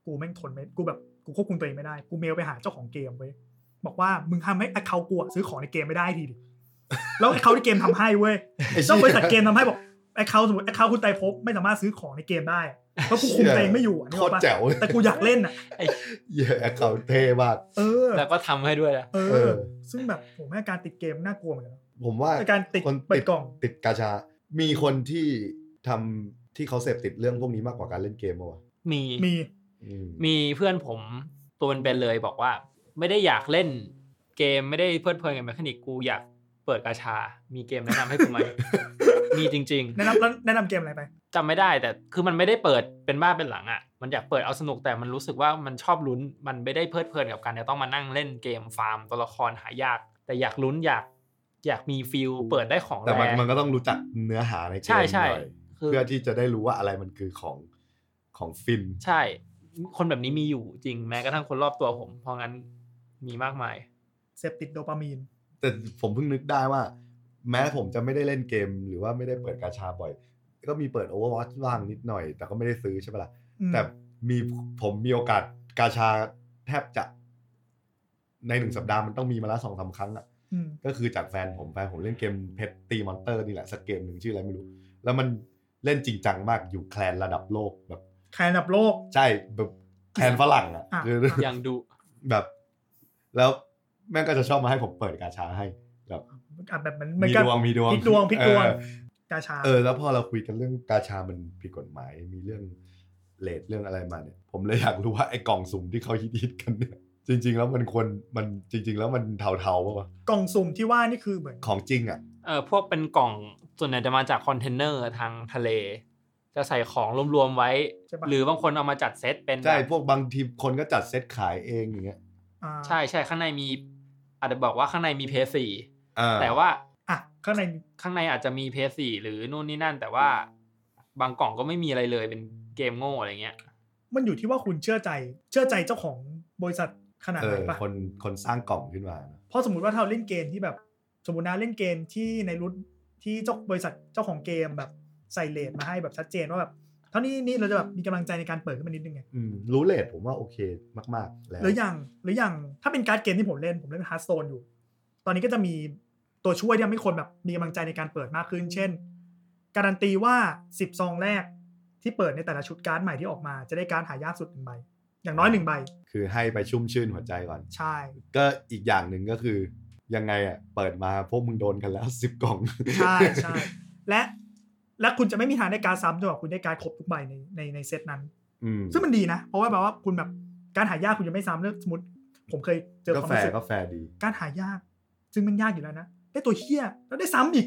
A: กูแม่งทนไม่กูแบบกูควบคุมตัวเองไม่ได้กูเมลไปหาเจ้าของเกมเว้ยบอกว่ามึงทำให้เขากูอะซื้อของในเกมไม่ได้ทีดิแล้วเขาที่เกมทำให้เว้ย เจ้าบริษัทเกมทำให้บอกไอ้เขาสมมติไอ้เขาคุณไตรภพไม่สามารถซื้อของในเกมได้อะเพราะกูคุมตัวเองไม่อยู่อะนึก
C: โค
A: ออ
C: ต
A: ก
C: ร
A: ปะ
C: แจ๋วเลย
A: แต่กูอยากเล่นอ่ะ
C: เหี้ยอะเขาเท่มาก
A: เออ
B: แล้วก็ทำให้ด้วยนะ
A: เอ
C: เอ
A: อ
C: อ
A: ซึ่งแบบผมให้การติดเกมน่ากลัวเหมือนกันนะ
C: ผมว่า
A: แต่การติด
C: คน
A: เปิ
C: ติ
A: ด
C: ด
A: กล่อง
C: ติดกาชา มีคนที่ทำที่เขาเสพติดเรื่องพวกนี้มากกว่าการเล่นเกมปะวะ
B: มี
A: มี
C: อืม
B: มีเพื่อนผมตัวเป็นๆเลยบอกว่า ไม่ได้อยากเล่นเกมไม่ได้เพลิดเพลินกับแมคานิกกูอยากเปิดกาชา มีเกมแนะนำให้ กูไหม มีจริง ๆ
A: แนะนำแล้วแนะนำเกมอะไรไป
B: จำไม่ได้แต่คือมันไม่ได้เปิดเป็นบ้านเป็นหลังอะ่ะ มันอยากเปิดเอาสนุกแต่มันรู้สึกว่ามันชอบลุ้น มันไม่ได้เพลิดเพลินกับการจะต้องมานั่งเล่นเกมฟาร์มตัวละครหายาก แต่อยากลุ้นอยากอยากมีฟิลเปิดได้ของ
C: แต่มัน
B: ร
C: มันก็ต้องรู้จักเนื้อหาในเกม
B: ใช่ใช่
C: หน่อย
B: คือ
C: เพื่อที่จะได้รู้ว่าอะไรมันคือของของฟิน
B: ใช่ คนแบบนี้มีอยู่จริงแม้กระทั่งคนรอบตัวผม เพราะงั้นมีมากมาย
A: เสพติดโดปามีน
C: แต่ผมเพิ่งนึกได้ว่า แม้ผมจะไม่ได้เล่นเกมหรือว่าไม่ได้เปิดกาชาบ่อย ก็มีเปิด Overwatch บ้างนิดหน่อย แต่ก็ไม่ได้ซื้อใช่ปะล่ะ
A: อืม
C: แต่มีผมมีโอกาสกาชาแทบจะ ในหนึ่งสัปดาห์มันต้องมีมาละสองสามครั้งอะ
A: อืม
C: ก็คือจากแฟนผมแฟนผมเล่นเกมเพชรตีมอนเตอร์นี่แหละสักเกมหนึ่งชื่ออะไรไม่รู้ แล้วมันเล่นจริงจังมากอยู่แคลนระดับโลกแบบ
A: ใครอันดับโลก
C: ใช่แบบแคลนฝรั่งอะ
A: อ่ะ
C: คือ
B: อย่างดุ
C: แบบ แล้วแม่งก็จะชอบมาให้ผมเปิดกาชาให้แบบ
A: อ่ะแบบเหมันเหมือ
C: มี
A: นกับ
C: ดวงมีดวง
A: พลิกดวงพลิกดวง
C: เออ
A: กาชา
C: เออแล้วพอเราคุยกันเรื่องกาชามันผิดกฎหมายมีเรื่องเลทเรื่องอะไรมาเนี่ยผมเลยอยากรู้ว่าไอ้กล่องสุ่มที่เขาฮิตๆกันเนี่ยจริง ๆ แล้วมันควรมันจริง ๆ แล้วมันเทาๆป่ะวะ
A: กล่องสุ่มที่ว่านี่คือเหมือน
C: ของจริงอ่ะ
B: เออพวกเป็นกล่องส่วนใหญ่จะมาจากคอนเทนเนอร์ทางทะเล จะใส่ของรวมๆไว้
A: ใช่ปะ
B: หรือบางคนเอามาจัดเซตเป็น
C: ใช่
B: แบบ
C: พวกบางทีคนก็จัดเซตขายเองอย่างเงี้ย
A: อ่า
B: ใช่ใช่ข้างในมี อาจจะบอกว่าข้างในมีเพย์สี่
C: อ่
B: แต่ว่า
A: อ่ะข้างใน
B: ข้างในอาจจะมีเพย์สี่หรือนู่นนี่นั่น แต่ว่าบางกล่องก็ไม่มีอะไรเลยเป็นเกมโง่อะไรเงี้ย
A: มันอยู่ที่ว่าคุณเชื่อใจ เชื่อใจเจ้าของบริษัทขนาด
C: เอ
A: ไหน
C: อ
A: ปะ
C: คนคนสร้างกล่องขึ้นมานะ
A: เพราะสมมติว่าถ้าเราเล่นเกมที่แบบ สมมตินะเล่นเกมที่ในรุ่นที่เจ้าบริษัทเจ้าของเกมแบบใส่เลทมาให้แบบชัดเจนว่าแบบเท่านี้นี่เราจะแบบมีกำลังใจในการเปิดขึ้นมานิดนึงไง
C: อืมรู้เลทผมว่าโอเคมากๆแล้ว
A: หรืออย่างหรืออย่างถ้าเป็นการ์ดเกมที่ผมเล่นผมเล่นฮาร์ดโซนอยู่ ตอนนี้ก็จะมีตัวช่วยที่ทำให้คนแบบมีกำลังใจในการเปิดมากขึ้น เช่น การันตีว่า 10 ซองแรกที่เปิดในแต่ละชุดการ์ดใหม่ที่ออกมาจะได้การ์ดหายากสุดหนึ่งใบอย่างน้อยหนึ่งใบ
C: คือให้ไปชุ่มชื่นหัวใจก่อน
A: ใช่
C: ก็อีกอย่างหนึ่งก็คือ ยังไงอ่ะเปิดมาพวกมึงโดนกันแล้วสิบกล่อง
A: ใช่ใช่และและคุณจะไม่มีทางได้การ์ดซ้ำจนกว่าคุณได้การ์ดครบทุกใบในในในเซตนั้น
C: อืม
A: ซึ่งมันดีนะ เพราะว่าแบบว่าคุณแบบการหายากคุณจะไม่ซ้ำเรื่องสมมติ ผมเคยเจอค
C: ก็
A: วาม
C: แฟ
A: รู้สึ
C: ร์
A: ก
C: ก็แฟร์ดี
A: การหายาก ซึ่งมันยากอยู่แล้วนะ ได้ตัวเฮี้ยแล้วได้ซ้ำอีก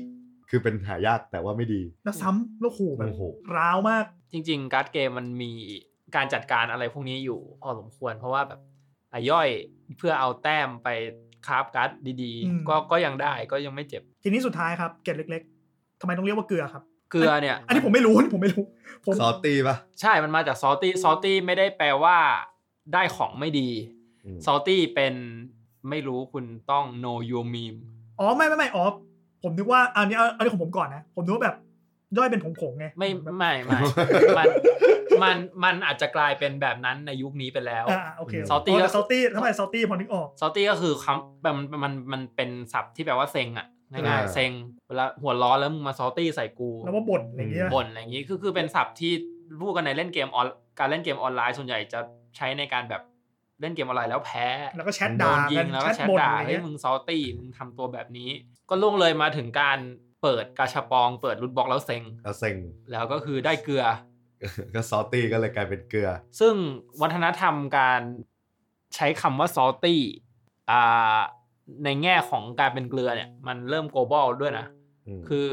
C: คือเป็นหายากแต่ว่าไม่ดี
A: แล้วซ้ำแล้วโหแบบ
C: โอ้โห
A: ร้าวมาก
B: จริง ๆ การ์ดเกมมันมีการจัดการอะไรพวกนี้อยู่พอสมควร เพราะว่าแบบอ่ะย่อยเพื่อเอาแต้มไปคราฟการ์ดดี
A: อืม
B: ๆ ก็ก็ยังได้ก็ยังไม่เจ็บ
A: ทีนี้สุดท้ายครับเกล็ดเล็ก ๆทำไมต้องเรียกว่าเกลือครับ
B: เกลือเนี่ย
A: อันนี้ผมไม่รู้ อันนี่ผมไม่รู้ ผม
C: ซอตตี้ปะ
B: ใช่มันมาจากซอตี้ซอตี้ไม่ได้แปลว่าได้ของไม่ดีซอตี้เป็นไม่รู้คุณต้อง know your meme
A: อ๋อไม่ไม่ไม่อ๋อผมนึกว่าอันนี้เอาอันนี้ของผมก่อนนะ ผมนึกว่าแบบย่อยเป็นผงผงๆไง
B: ไม่
A: แบบ
B: ไม่ไม่ มันมันมันอาจจะกลายเป็นแบบนั้นในยุคนี้ไปแล้ว
A: อ่าโอเค
B: salty ก็
A: ซอตี้ทำไมซอตี้พอนึกออก
B: ซอตี้ก็คือคำแบบมันมันมันเป็นศัพท์ที่แปลว่าเซ็งอะง่าย
C: อ่า
B: ๆเซ็งเวลาหัวร้อนแล้วมึงมาซอตี้ใส่กู
A: แล้วว่าบ่นอะไรอย่างเงี้ย
B: บ่นอะไรอย่างนี้คือคือเป็นศัพท์ที่พูดกันในเล่นเกมออนการเล่นเกมออนไลน์ส่วนใหญ่จะใช้ในการแบบเล่นเกมออนไลน์แล้วแพ้
A: แล้วก็แชท
B: โด
A: ด่าน
B: ยิ
A: กัน
B: งแล้ว
A: แช
B: ก็
A: ท
B: แชท
A: บ่น
B: ด่า
A: อะไร
B: เฮ้ย
A: เงี้ย
B: มึงซอตี้มึงทำตัวแบบนี้ ก็ล่วงเลยมาถึงการเปิดกาชาปองเปิดรุดบล็อกแล้วเซ็ง
C: ก็เซ็ง
B: แล้วก็คือได้เกลือ
C: ก็ซอตตี้ก็เลยกลายเป็นเกลือ
B: ซึ่งวัฒนธรรมการใช้คำว่า salty อ่าในแง่ของการเป็นเกลือเนี่ย มันเริ่ม global ด้วยนะ
C: ม
B: คือ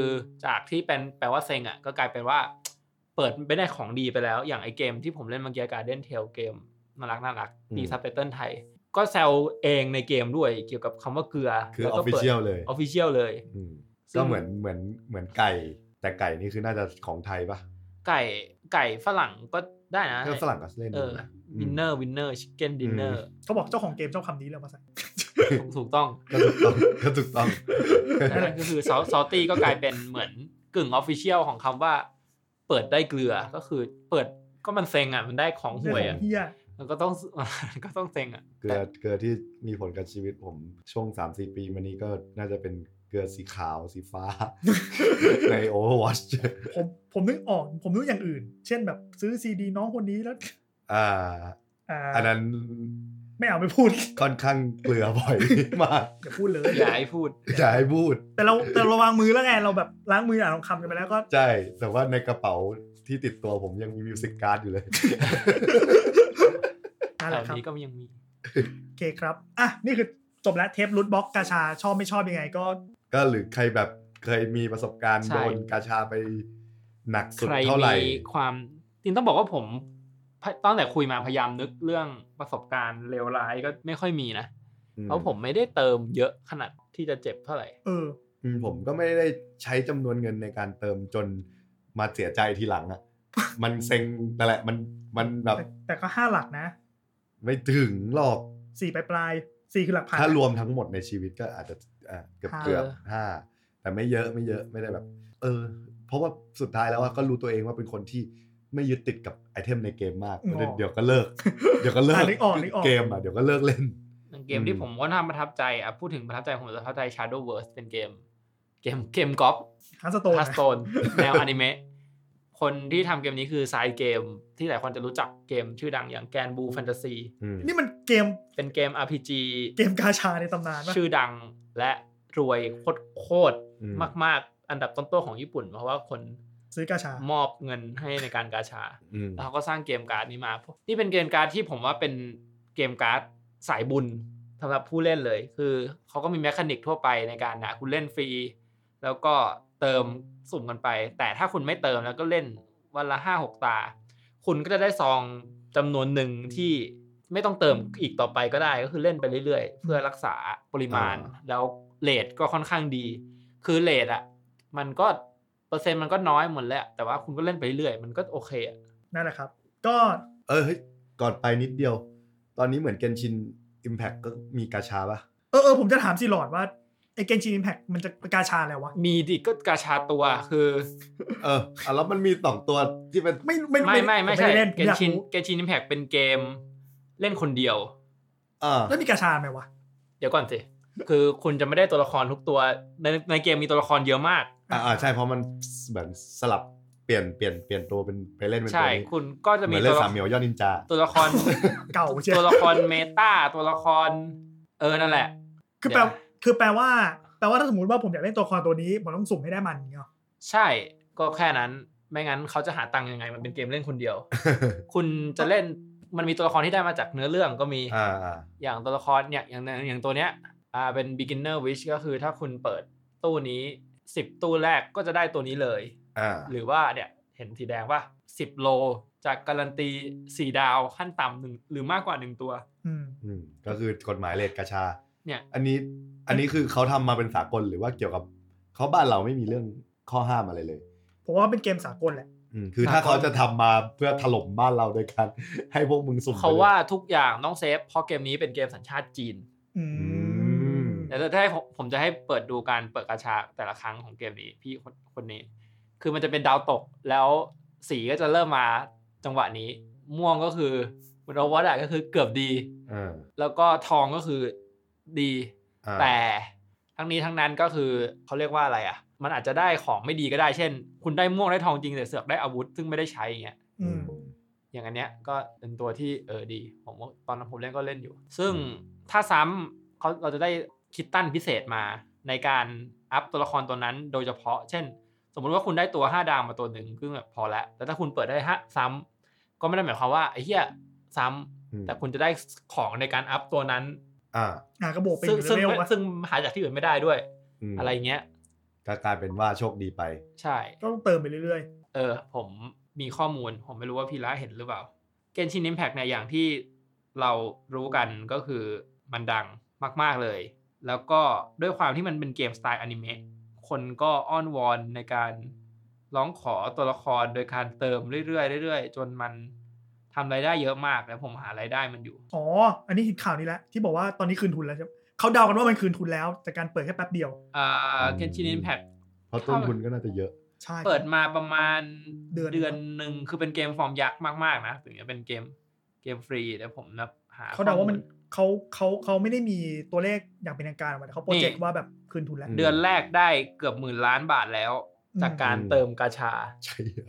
B: จากที่เป็นแปลว่าเซ็งอ่ะก็กลายเป็นว่า เปิดไม่ได้ของดีไปแล้ว อย่างไอเกมที่ผมเล่นเมื่อกี้การเด่นเทลเกมน่ารักน่ารักมีซับไตเติลไทย ก็แซวเองในเกมด้วยเกี่ยวกับคำว่าเกลือ
C: คือ
B: แล้ว
C: ออ
B: ก็
C: ฟฟิ
B: ปิด
C: เชียลเลย
B: official เลย
C: อืม
B: ซึ่
C: ก็
B: ง
C: เหมือนเหมือนเหมือนไก่ แต่ไก่นี่คือน่าจะของไทยปะ
B: ไก่ไก่ฝรั่งก็ได้นะ
C: ก็ฝรั่งก็เล่น
B: เออ
C: ม
B: วินเนอร์วินเนอร์ชิคเก้นดินเน อร์
A: เขาบอกเจ้าของเกมชอบคำนี้เลยมาใส่
B: ถูกต้อง
C: ก็ถูกต้องก็ถูก ต้อง
B: นั่นแหละก็คือซอสตี้ก็กลายเป็นเหมือนกึ่งออฟฟิเชียลของคำว่า เปิดได้เกลือก็คือเปิดก็มันเซ็งอ่ะมันได้ของห่วยอ่ะ
A: เรื่องของเฮีย
B: มันก็ต้อง มันก็ต้องเซ็งอ่ะ
C: เกลือเกลือที่มีผลกับชีวิตผมช่วง 3 4 ปีมานี้ก็น่าจะเป็นเกลือสีขาวสี ฟ้า ใน Overwatch
A: ผมผมนึกออก ผมนึกอย่างอื่น เช่นแบบซื้อซีดีน้องคนนี้แล้ว
C: อ่า
A: อ่า
C: อันนั้น
A: ไม่เอาไม่พูด
C: ค่อนข้างเกลือบ่อยมาก
A: อ ย่าพูดเลย
B: อย่าให้พูด
C: อย่าให้พูด
A: แต่เราแต่เราวางมือแล้วไงเราแบบล้างมืออ่านทองคำกันไปแล้วก็
C: ใช่ แต่ว่าในกระเป๋าที่ติดตัวผมยังมีมิวสิกการ์ดอยู่เลย
A: นั่นแห
B: แต่
A: ละครับ
B: นี้ก็ยังมี
A: โอเคครับ อ่ะ นี่คือจบแล้วเทปลุดบล็อกกาชาชอบไม่ชอบยังไงก็
C: ก็หรือใครแบบเคยมีประสบการณ์
B: ใช่
C: โดนกาชาไปหนักสุด
B: ใคร
C: เท่าไหร่
B: มีความจริงต้องบอกว่าผมตั้งแต่คุยมาพยายามนึกเรื่องประสบการณ์เลวร้ายก็ไม่ค่อยมีนะ
C: อืม
B: เพราะผมไม่ได้เติมเยอะขนาดที่จะเจ็บเท่าไหร่
A: เออ
C: อืมผมก็ไม่ได้ใช้จำนวนเงินในการเติมจนมาเสียใจทีหลังอ่ะ มันเซ็งนั่นแหละมันมันแบบ
A: แต่แต่ก็ห้าหลักนะ
C: ไม่ถึงหรอก
A: สี่ปลายๆสี่คือหลักพัน
C: ถ้ารวมทั้งหมดในชีวิตก็อาจจะอ่ะเกือบ
A: ห้า
C: เกือบห้าแต่ไม่เยอะไม่เยอะไม่ได้แบบ เออ เพราะว่าสุดท้ายแล้วอะก็รู้ตัวเองว่าเป็นคนที่ไม่ยึดติดกับไอเทมในเกมมากเดี๋ยวเดี๋ยวก็เลิก เดี๋ยวก็เลิก
A: อ่ะนึกออกนึกออก
C: เกมอ่ะเดี๋ยวก็เลิกเล่น
B: เกม
C: อืม
B: ที่ผมว่าน่าประทับใจอ่ะพูดถึงประทับใจผมประทับใจ Shadow Verse เป็นเกม เกมเกมกอล์ฟ
A: ฮัสโตน
B: ฮัสโตนแนวอนิเมะคนที่ทำเกมนี้คือไซเกม ที่หลายคนจะรู้จักเกมชื่อดังอย่างแกนบูแฟนตาซี
C: อืม
A: นี่มันเกม
B: เป็นเกม RPG
A: เกมกาชาในตำนานปะ
B: ชื่อดังและรวยโคตร
C: อืม
B: ๆมาก ๆ อันดับต้นๆของญี่ปุ่น เพราะว่าคน
A: ซื้อกาชาม
B: อบเงินให้ในการกาชา
C: อืม
B: แล้วเขาก็สร้างเกมการ์ดนี้มา นี่เป็นเกมการ์ดที่ผมว่าเป็นเกมการ์ดสายบุญสำหรับผู้เล่นเลย คือเขาก็มีแมคานิกทั่วไปในการนะคุณเล่นฟรี แล้วก็เติมสุ่มกันไป แต่ถ้าคุณไม่เติมแล้วก็เล่นวันละห้าหกตา คุณก็จะได้ซองจำนวนหนึ่งที่ไม่ต้องเติมอีกต่อไปก็ได้ ก็คือเล่นไปเรื่อยๆ เพื่อรักษาปริมาณ แล้วเลทก็ค่อนข้างดี คือเลทอ่ะ มันก็เปอร์เซ็นต์มันก็น้อยหมดแหละแต่ว่าคุณก็เล่นไปเรื่อยๆมันก็โอเคอะ
A: นั่นแหละครับ ก็
C: เออเฮ้ยก่อนไปนิดเดียว ตอนนี้เหมือนเกนชิน Impact ก็มีกาชาปะ
A: เออเออผมจะถามซีหลอดว่าไอเกนชินอิมแพคมันจะกาชาอะไรวะ
B: มีดิก็กาชาตัวคือ
C: เอออ่ะแล้วมันมีสองตัวที่เป็น
A: ไม่ไม่
B: ไม่ไม่ไม่ใช่
A: ด้เล่นผ
B: เก
A: ม
B: น
A: อยาก
B: ชิน
A: รู้
B: เกนชินอิมแพกเป็นเกมเล่นคนเดียว
C: เอ่า
A: แล้วมีกาชาไหมวะ
B: เดี๋ยวก่อนสิ คือคุณจะไม่ได้ตัวละครทุกตัวในในเกมมีตัวละครเยอะมาก
C: อ่าใช่เพราะมันเหมือนสลับเปลี่ยนเปลี่ยนเปลี่ยนตัวเป็นไปเล่นเป็นตั
B: ใช่
C: วนี้
B: คุณก็จะ
C: เห
B: มี
C: มือ
B: ตั
C: นเล่น
B: วละ
C: สามเหมียวยอดนินจา
B: ตัวละคร
A: เก่าเชีย
B: ตัวละครเมตาตัวละคร เออนั่นแหละ
A: คือแปล
B: เดี๋ยว
A: คือแปลว่าแปลว่าถ้าสมมติว่าผมอยากเล่นตัวละครตัวนี้ผมต้องสุ่มให้ได้มันอย่างเงี้ยหรอ
B: ใช่ก็แค่นั้น ไม่งั้นเขาจะหาตังค์ยังไง มันเป็นเกมเล่นคนเดียว คุณจะเล่นมันมีตัวละครที่ได้มาจากเนื้อเรื่องก็มี
C: อ่าอ่า
B: อย่างตัวละครเนี่ยอย่างอย่างตัวเนี้ยอ่าเป็น beginner wish ก็คือถ้าคุณเปิดตู้นี้ 10 ตู้แรกก็จะได้ตัวนี้เลย
C: อ่า
B: หรือว่าเนี่ยเห็นสีแดงว่า 10 โลจากการันตี 4 ดาวขั้นต่ำหนึ่งหรือมากกว่า 1 ตัว
A: อืม
C: อืมก็คือกฎหมายเลทกาชา
B: เนี่ย
C: อันนี้อันนี้คือเขาทำมาเป็นสากลหรือว่าเกี่ยวกับเขาบ้านเราไม่มีเรื่องข้อห้ามอะไรเลย
A: ผมว่าเป็นเกมสากลแหละ
C: อืมคือถ้าเขาจะทำมาเพื่อถล่มบ้านเราโดยการ ให้พวกมึงสุ่มไปลย
B: เขาว่าทุกอย่างต้องเซฟเพราะเกมนี้เป็นเกมสัญชาติจีน
A: อืม
B: เดี๋ยวถ้าให้ผมผมจะให้เปิดดูการเปิดกาชาแต่ละครั้งของเกมนี้พี่คนคนนี้ คือมันจะเป็นดาวตกแล้วสีก็จะเริ่มมาจังหวะนี้ ม่วงก็คือเหมันเราวัดอะก็คือเกือบดี
C: เออ
B: แล้วก็ทองก็คือดี
C: อ่า
B: แต่ทั้งนี้ทั้งนั้นก็คือเขาเรียกว่าอะไรอ่ะ มันอาจจะได้ของไม่ดีก็ได้เช่น คุณได้ม่วงได้ทองจริงแต่เสือกได้อาวุธ ซึ่งไม่ได้ใช้อย่างเงี้ย
A: อืม
B: อย่างอันเนี้ยก็เป็นตัวที่เออดีผมว่าตอนนั้นผมเล่นก็เล่นอยู่ ซึ่งถ้าซ้ำเขาเราจะได้คิดตั้นพิเศษมาในการอัพตัวละครตัวนั้นโดยเฉพาะ เช่น สมมุติว่าคุณได้ตัว 5 ดาวมาตัวหนึ่งก็แบบพอแล้วแต่ถ้าคุณเปิดได้ห้าซ้ำก็ไม่ได้หมายความว่าไอ้เหี้ยซ้ำ
C: อืม
B: แต่คุณจะได้ของในการอัพตัวนั้น
C: อ่า
A: อ่ะก็บวกเป็น
B: ซึ่ง
A: เล
B: ซึ่ง
A: เวล
B: ไม่
A: วะ
B: ซึ่งหาจากที่อื่นไม่ได้ด้วย
C: ม
B: อะไรเงี้ย
C: ก็กลายเป็นว่าโชคดีไป
B: ใช่
A: ก็ต้องเติมไปเรื่อย
B: เออผมมีข้อมูล ผมไม่รู้ว่าพีระเห็นหรือเปล่า เกนชิน i ิมแพ t เนี่ยอย่างที่เรารู้กันก็คือมันดังมาก ๆ เลย แล้วก็ด้วยความที่มันเป็นเกมสไตล์อนิเมะคนก็อ้อนวอนในการร้องขอตัวละครโดยการเติมเรื่อยๆเรื่อยๆ จนมันทำรายได้เยอะมากแล้วผมหารายได้มันอยู่
A: ๆ อ๋อ อันนี้เห็นข่าวนี้แล้วที่บอกว่าตอนนี้คืนทุนแล้วใช่ไหมเขาเดากันว่ามันคืนทุนแล้วจากการเปิดแค่แป๊บเดียว
B: เอ่อเกนชิน i ิมแพ t
C: เพราะต้นทุนก็น่าจะเยอะ
A: ใช่
B: เปิดมาประมาณ
A: เดือน
B: เดือนหนึ่งคือเป็นเกมฟอร์มยักษ์มากๆนะถึงจะเป็นเกมเกมฟรีแต่ผมนับหา
A: เขาเดาว่ามัน
B: ข้อล
A: เขาเขาเขาไม่ได้มีตัวเลขอย่างเป็นทางการออกมาแต่เขาโปรเจก
B: นี่
A: ต์ว่าแบบคืนทุนแล้ว
C: อืม
B: เดือนแรกได้เกือบหมื่นล้านบาทแล้ว
A: อืม
B: จากการเติมกาชา
C: ใช่อะ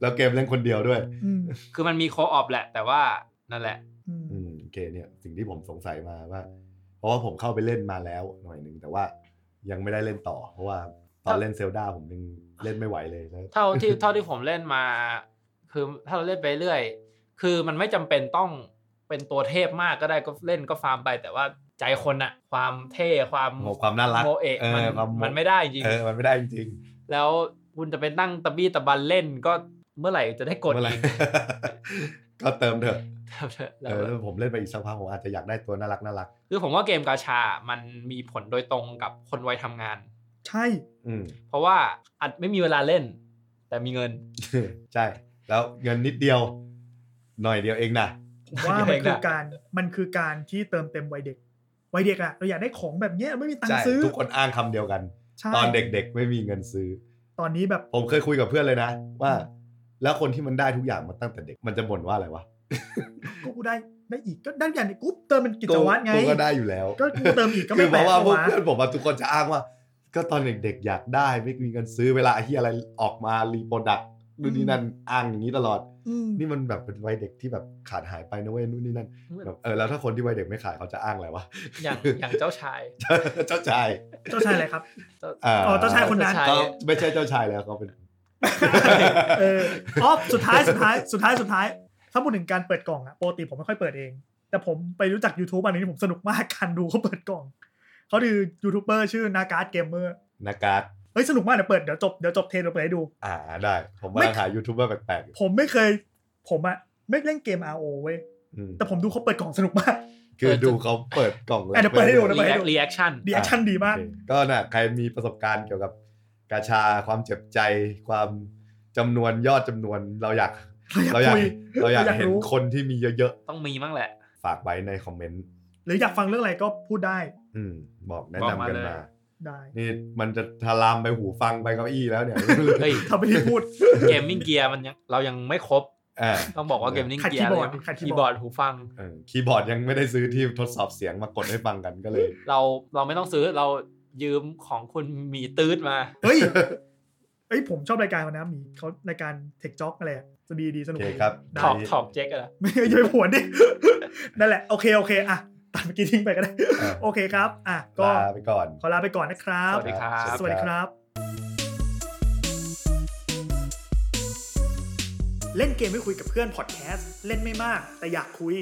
C: แล้วเกมเล่นคนเดียวด้วย
A: อืม
B: คือมันมีโคออปแหละ แต่ว่านั่นแหละ
A: อืม
C: อืมโอเคเนี่ยสิ่งที่ผมสงสัยมาว่า เพราะว่าผมเข้าไปเล่นมาแล้วหน่อยหนึ่งแต่ว่ายังไม่ได้เล่นต่อ เพราะว่าตอนเล่นเซลดาผมยังเล่นไม่ไหวเลยแล้ว
B: เท่า ที่ เท่าที่ผมเล่นมา คือถ้าเราเล่นไปเรื่อย คือมันไม่จำเป็นต้องเป็นตัวเทพมากก็ได้ก็เล่นก็ฟาร์มไป แต่ว่าใจคนอะความเท่ความ
C: โอ้ความน่ารัก
B: โมเอะ
C: เออ
B: มัน
C: ความโม
B: มันไม่ได้จริง
C: เออมันไม่ได้จริง
B: แล้วคุณจะไปนั่งตะบี้ตะบันเล่นก็เมื่อไหร่จะได้
C: ๆ
B: กด
C: เมื่อไหร่
B: อีก
C: ก็เติมเถอะ
B: แล้ว
C: เออแล้วผมเล่นไปอีกสักพักผมอาจจะอยากได้ตัวน่ารักน่ารัก
B: คือผมว่าเกมกาชา มันมีผลโดยตรงกับคนวัยทำงาน
A: ใช่
C: อืม
B: เพราะว่าอาจไม่มีเวลาเล่น แต่มีเงิน
C: ใช่ แล้วเงินนิดเดียว หน่อยเดียวเองนะ
A: ผมว่ามันคือการมันคือการที่เติมเต็มวัยเด็กวัยเด็กอะเราอยากได้ของแบบเนี้ยไม่มีตัง
C: ใช่
A: ค์ซื้อ
C: ทุกคนอ้างคำเดียวกัน
A: ใช่
C: ตอนเด็กๆ ไม่มีเงินซื้อ
A: ตอนนี้แบบ
C: ผมเคยคุยกับเพื่อนเลยนะว่า แล้วคนที่มันได้ทุกอย่างมาตั้งแต่เด็กมันจะบ่นว่าอะไรวะ
A: ก็กูได้ได้อีกก็ได้อย่างนี้กูเติมเป็นกิจวัตรไง
C: กูก็ได้อยู่แล้ว
A: ก็กูเติมอีกก็
C: คื
A: ไม่
C: อเพ
A: แปล
C: ราะ
A: ก
C: ว่าพวก
A: วะ
C: เพื่อนผมอะทุกคนจะอ้างว่า ก็ตอนเด็กๆ อยากได้ไม่มีเงินซื้อเวลาไอ้เหียอะไรออกมารีโปรดักต์นู่นนี่นั่นอ้างอย่างนี้ตลอด
A: อืม
C: นี่มันแบบเป็นวัยเด็กที่แบบขาดหายไปนะเว้ยนู่นนี่นั่นแบบเออแล้วถ้าคนที่วัยเด็กไม่ขายเขาจะอ้างอะไรวะ
B: อย่างอย่างเจ้าชาย
C: เจ้าชาย
A: เจ้าชายอะไรครับ
B: เจ้า
C: า
A: อ๋อเจ้าชายคนนั้น
B: เจ้าชาย
C: เขาไม่ใช่เจ้าชายแล้วเขาเป็น
A: เอออ๋อสุดท้ายสุดท้ายสุดท้ายสุดท้าย ถ้าพูดถึงการเปิดกล่องอะปกติผมไม่ค่อยเปิดเอง แต่ผมไปรู้จัก YouTube อันนี้ที่ผมสนุกมากการดูเขาเปิดกล่องเขาคือยูทูบเบอร์ชื่อนาการ์ดเกมเมอร์
C: นาการ์ด
A: เฮ้ยสนุกมากเดี๋ยวเปิดเดี๋ยวจบเดี๋ยวจบเทรนเราเปิดให้ดู
C: อ่าได้ ผม
A: ไม่
C: ว่าหายูทูบเบอร์แปลกๆอยู่
A: ผมไม่เคย ผมอะไม่เล่นเกม RO เว้ย
C: อืม
A: แต่ผมดูเขาเปิดกล่องสนุกมาก
C: คือดูเขาเปิดกล่อง
A: อ่ะเดี๋ยวเปิดให้ดูนะ
B: รีแอครีแอคชั่น
A: ดีแอคชั่นดีมาก
C: โอเคก็น่ะใครมีประสบการณ์เกี่ยวกับกาชาความเจ็บใจ ความจำนวนยอดจำนวนเราอยาก
A: เราอยากคุย
C: เราอยาก
A: เราอยาก
C: เห็น
A: รู้
C: คนที่มีเยอะ
B: ต้องมีบ้างแหละ
C: ๆ ฝากไว้ในคอมเมนต์
A: หรืออยากฟังเรื่องอะไรก็พูดได้
C: อืมบอกแนะ
B: บอก
C: นำ
B: มา
C: กัน
B: เลย
C: มา
A: ได้
C: นี่มันจะทลามไปหูฟังไปเก้าอี้แล้วเนี่ย
B: เฮ้ย
A: ทำไม่ได้พูด
B: เกมมิ่งเกียร์มันยังเรายังไม่ครบ
C: อ่า
B: ต้องบอกว่าเกมมิ่ง
A: ขัด
B: เกีย
A: คีย์
B: ร์
A: บอร์ดขัดคี
B: คี
A: ย์
B: ย์
A: บบ อ
B: อ
A: ร์
B: ร์
A: ด
B: ดหูฟัง
C: เออคีย์บอร์ดยังไม่ได้ซื้อที่ทดสอบเสียงมากดให้ฟังกันก็เลย
B: เราเราไม่ต้องซื้อเรายืมของคุณหมีตืดมา
A: เฮ้ยเอ้ยผมชอบรายการเขานะหมีเขารายการเทคจ็อกอะไรอะจะดีดีสนุก
C: โอเคครับ
A: ได้
B: ถอกถอกเจ๊กอะนะ
A: ไม่ อย่าไปผวนดิ นั่นแหละ โอเค โอเค อ่ะ ตัดเมื่อกี้ทิ้งไปก็ได้
C: เออ
A: โอเคครับ อ่ะ ก็
C: ลาไปก่อน
A: ขอลาไปก่อนนะครับ
B: สวัสดีครับ
A: สวัสดีครับ เล่นเกมไม่คุยกับเพื่อนพอดแคสต์ เล่นไม่มาก แต่อยากคุย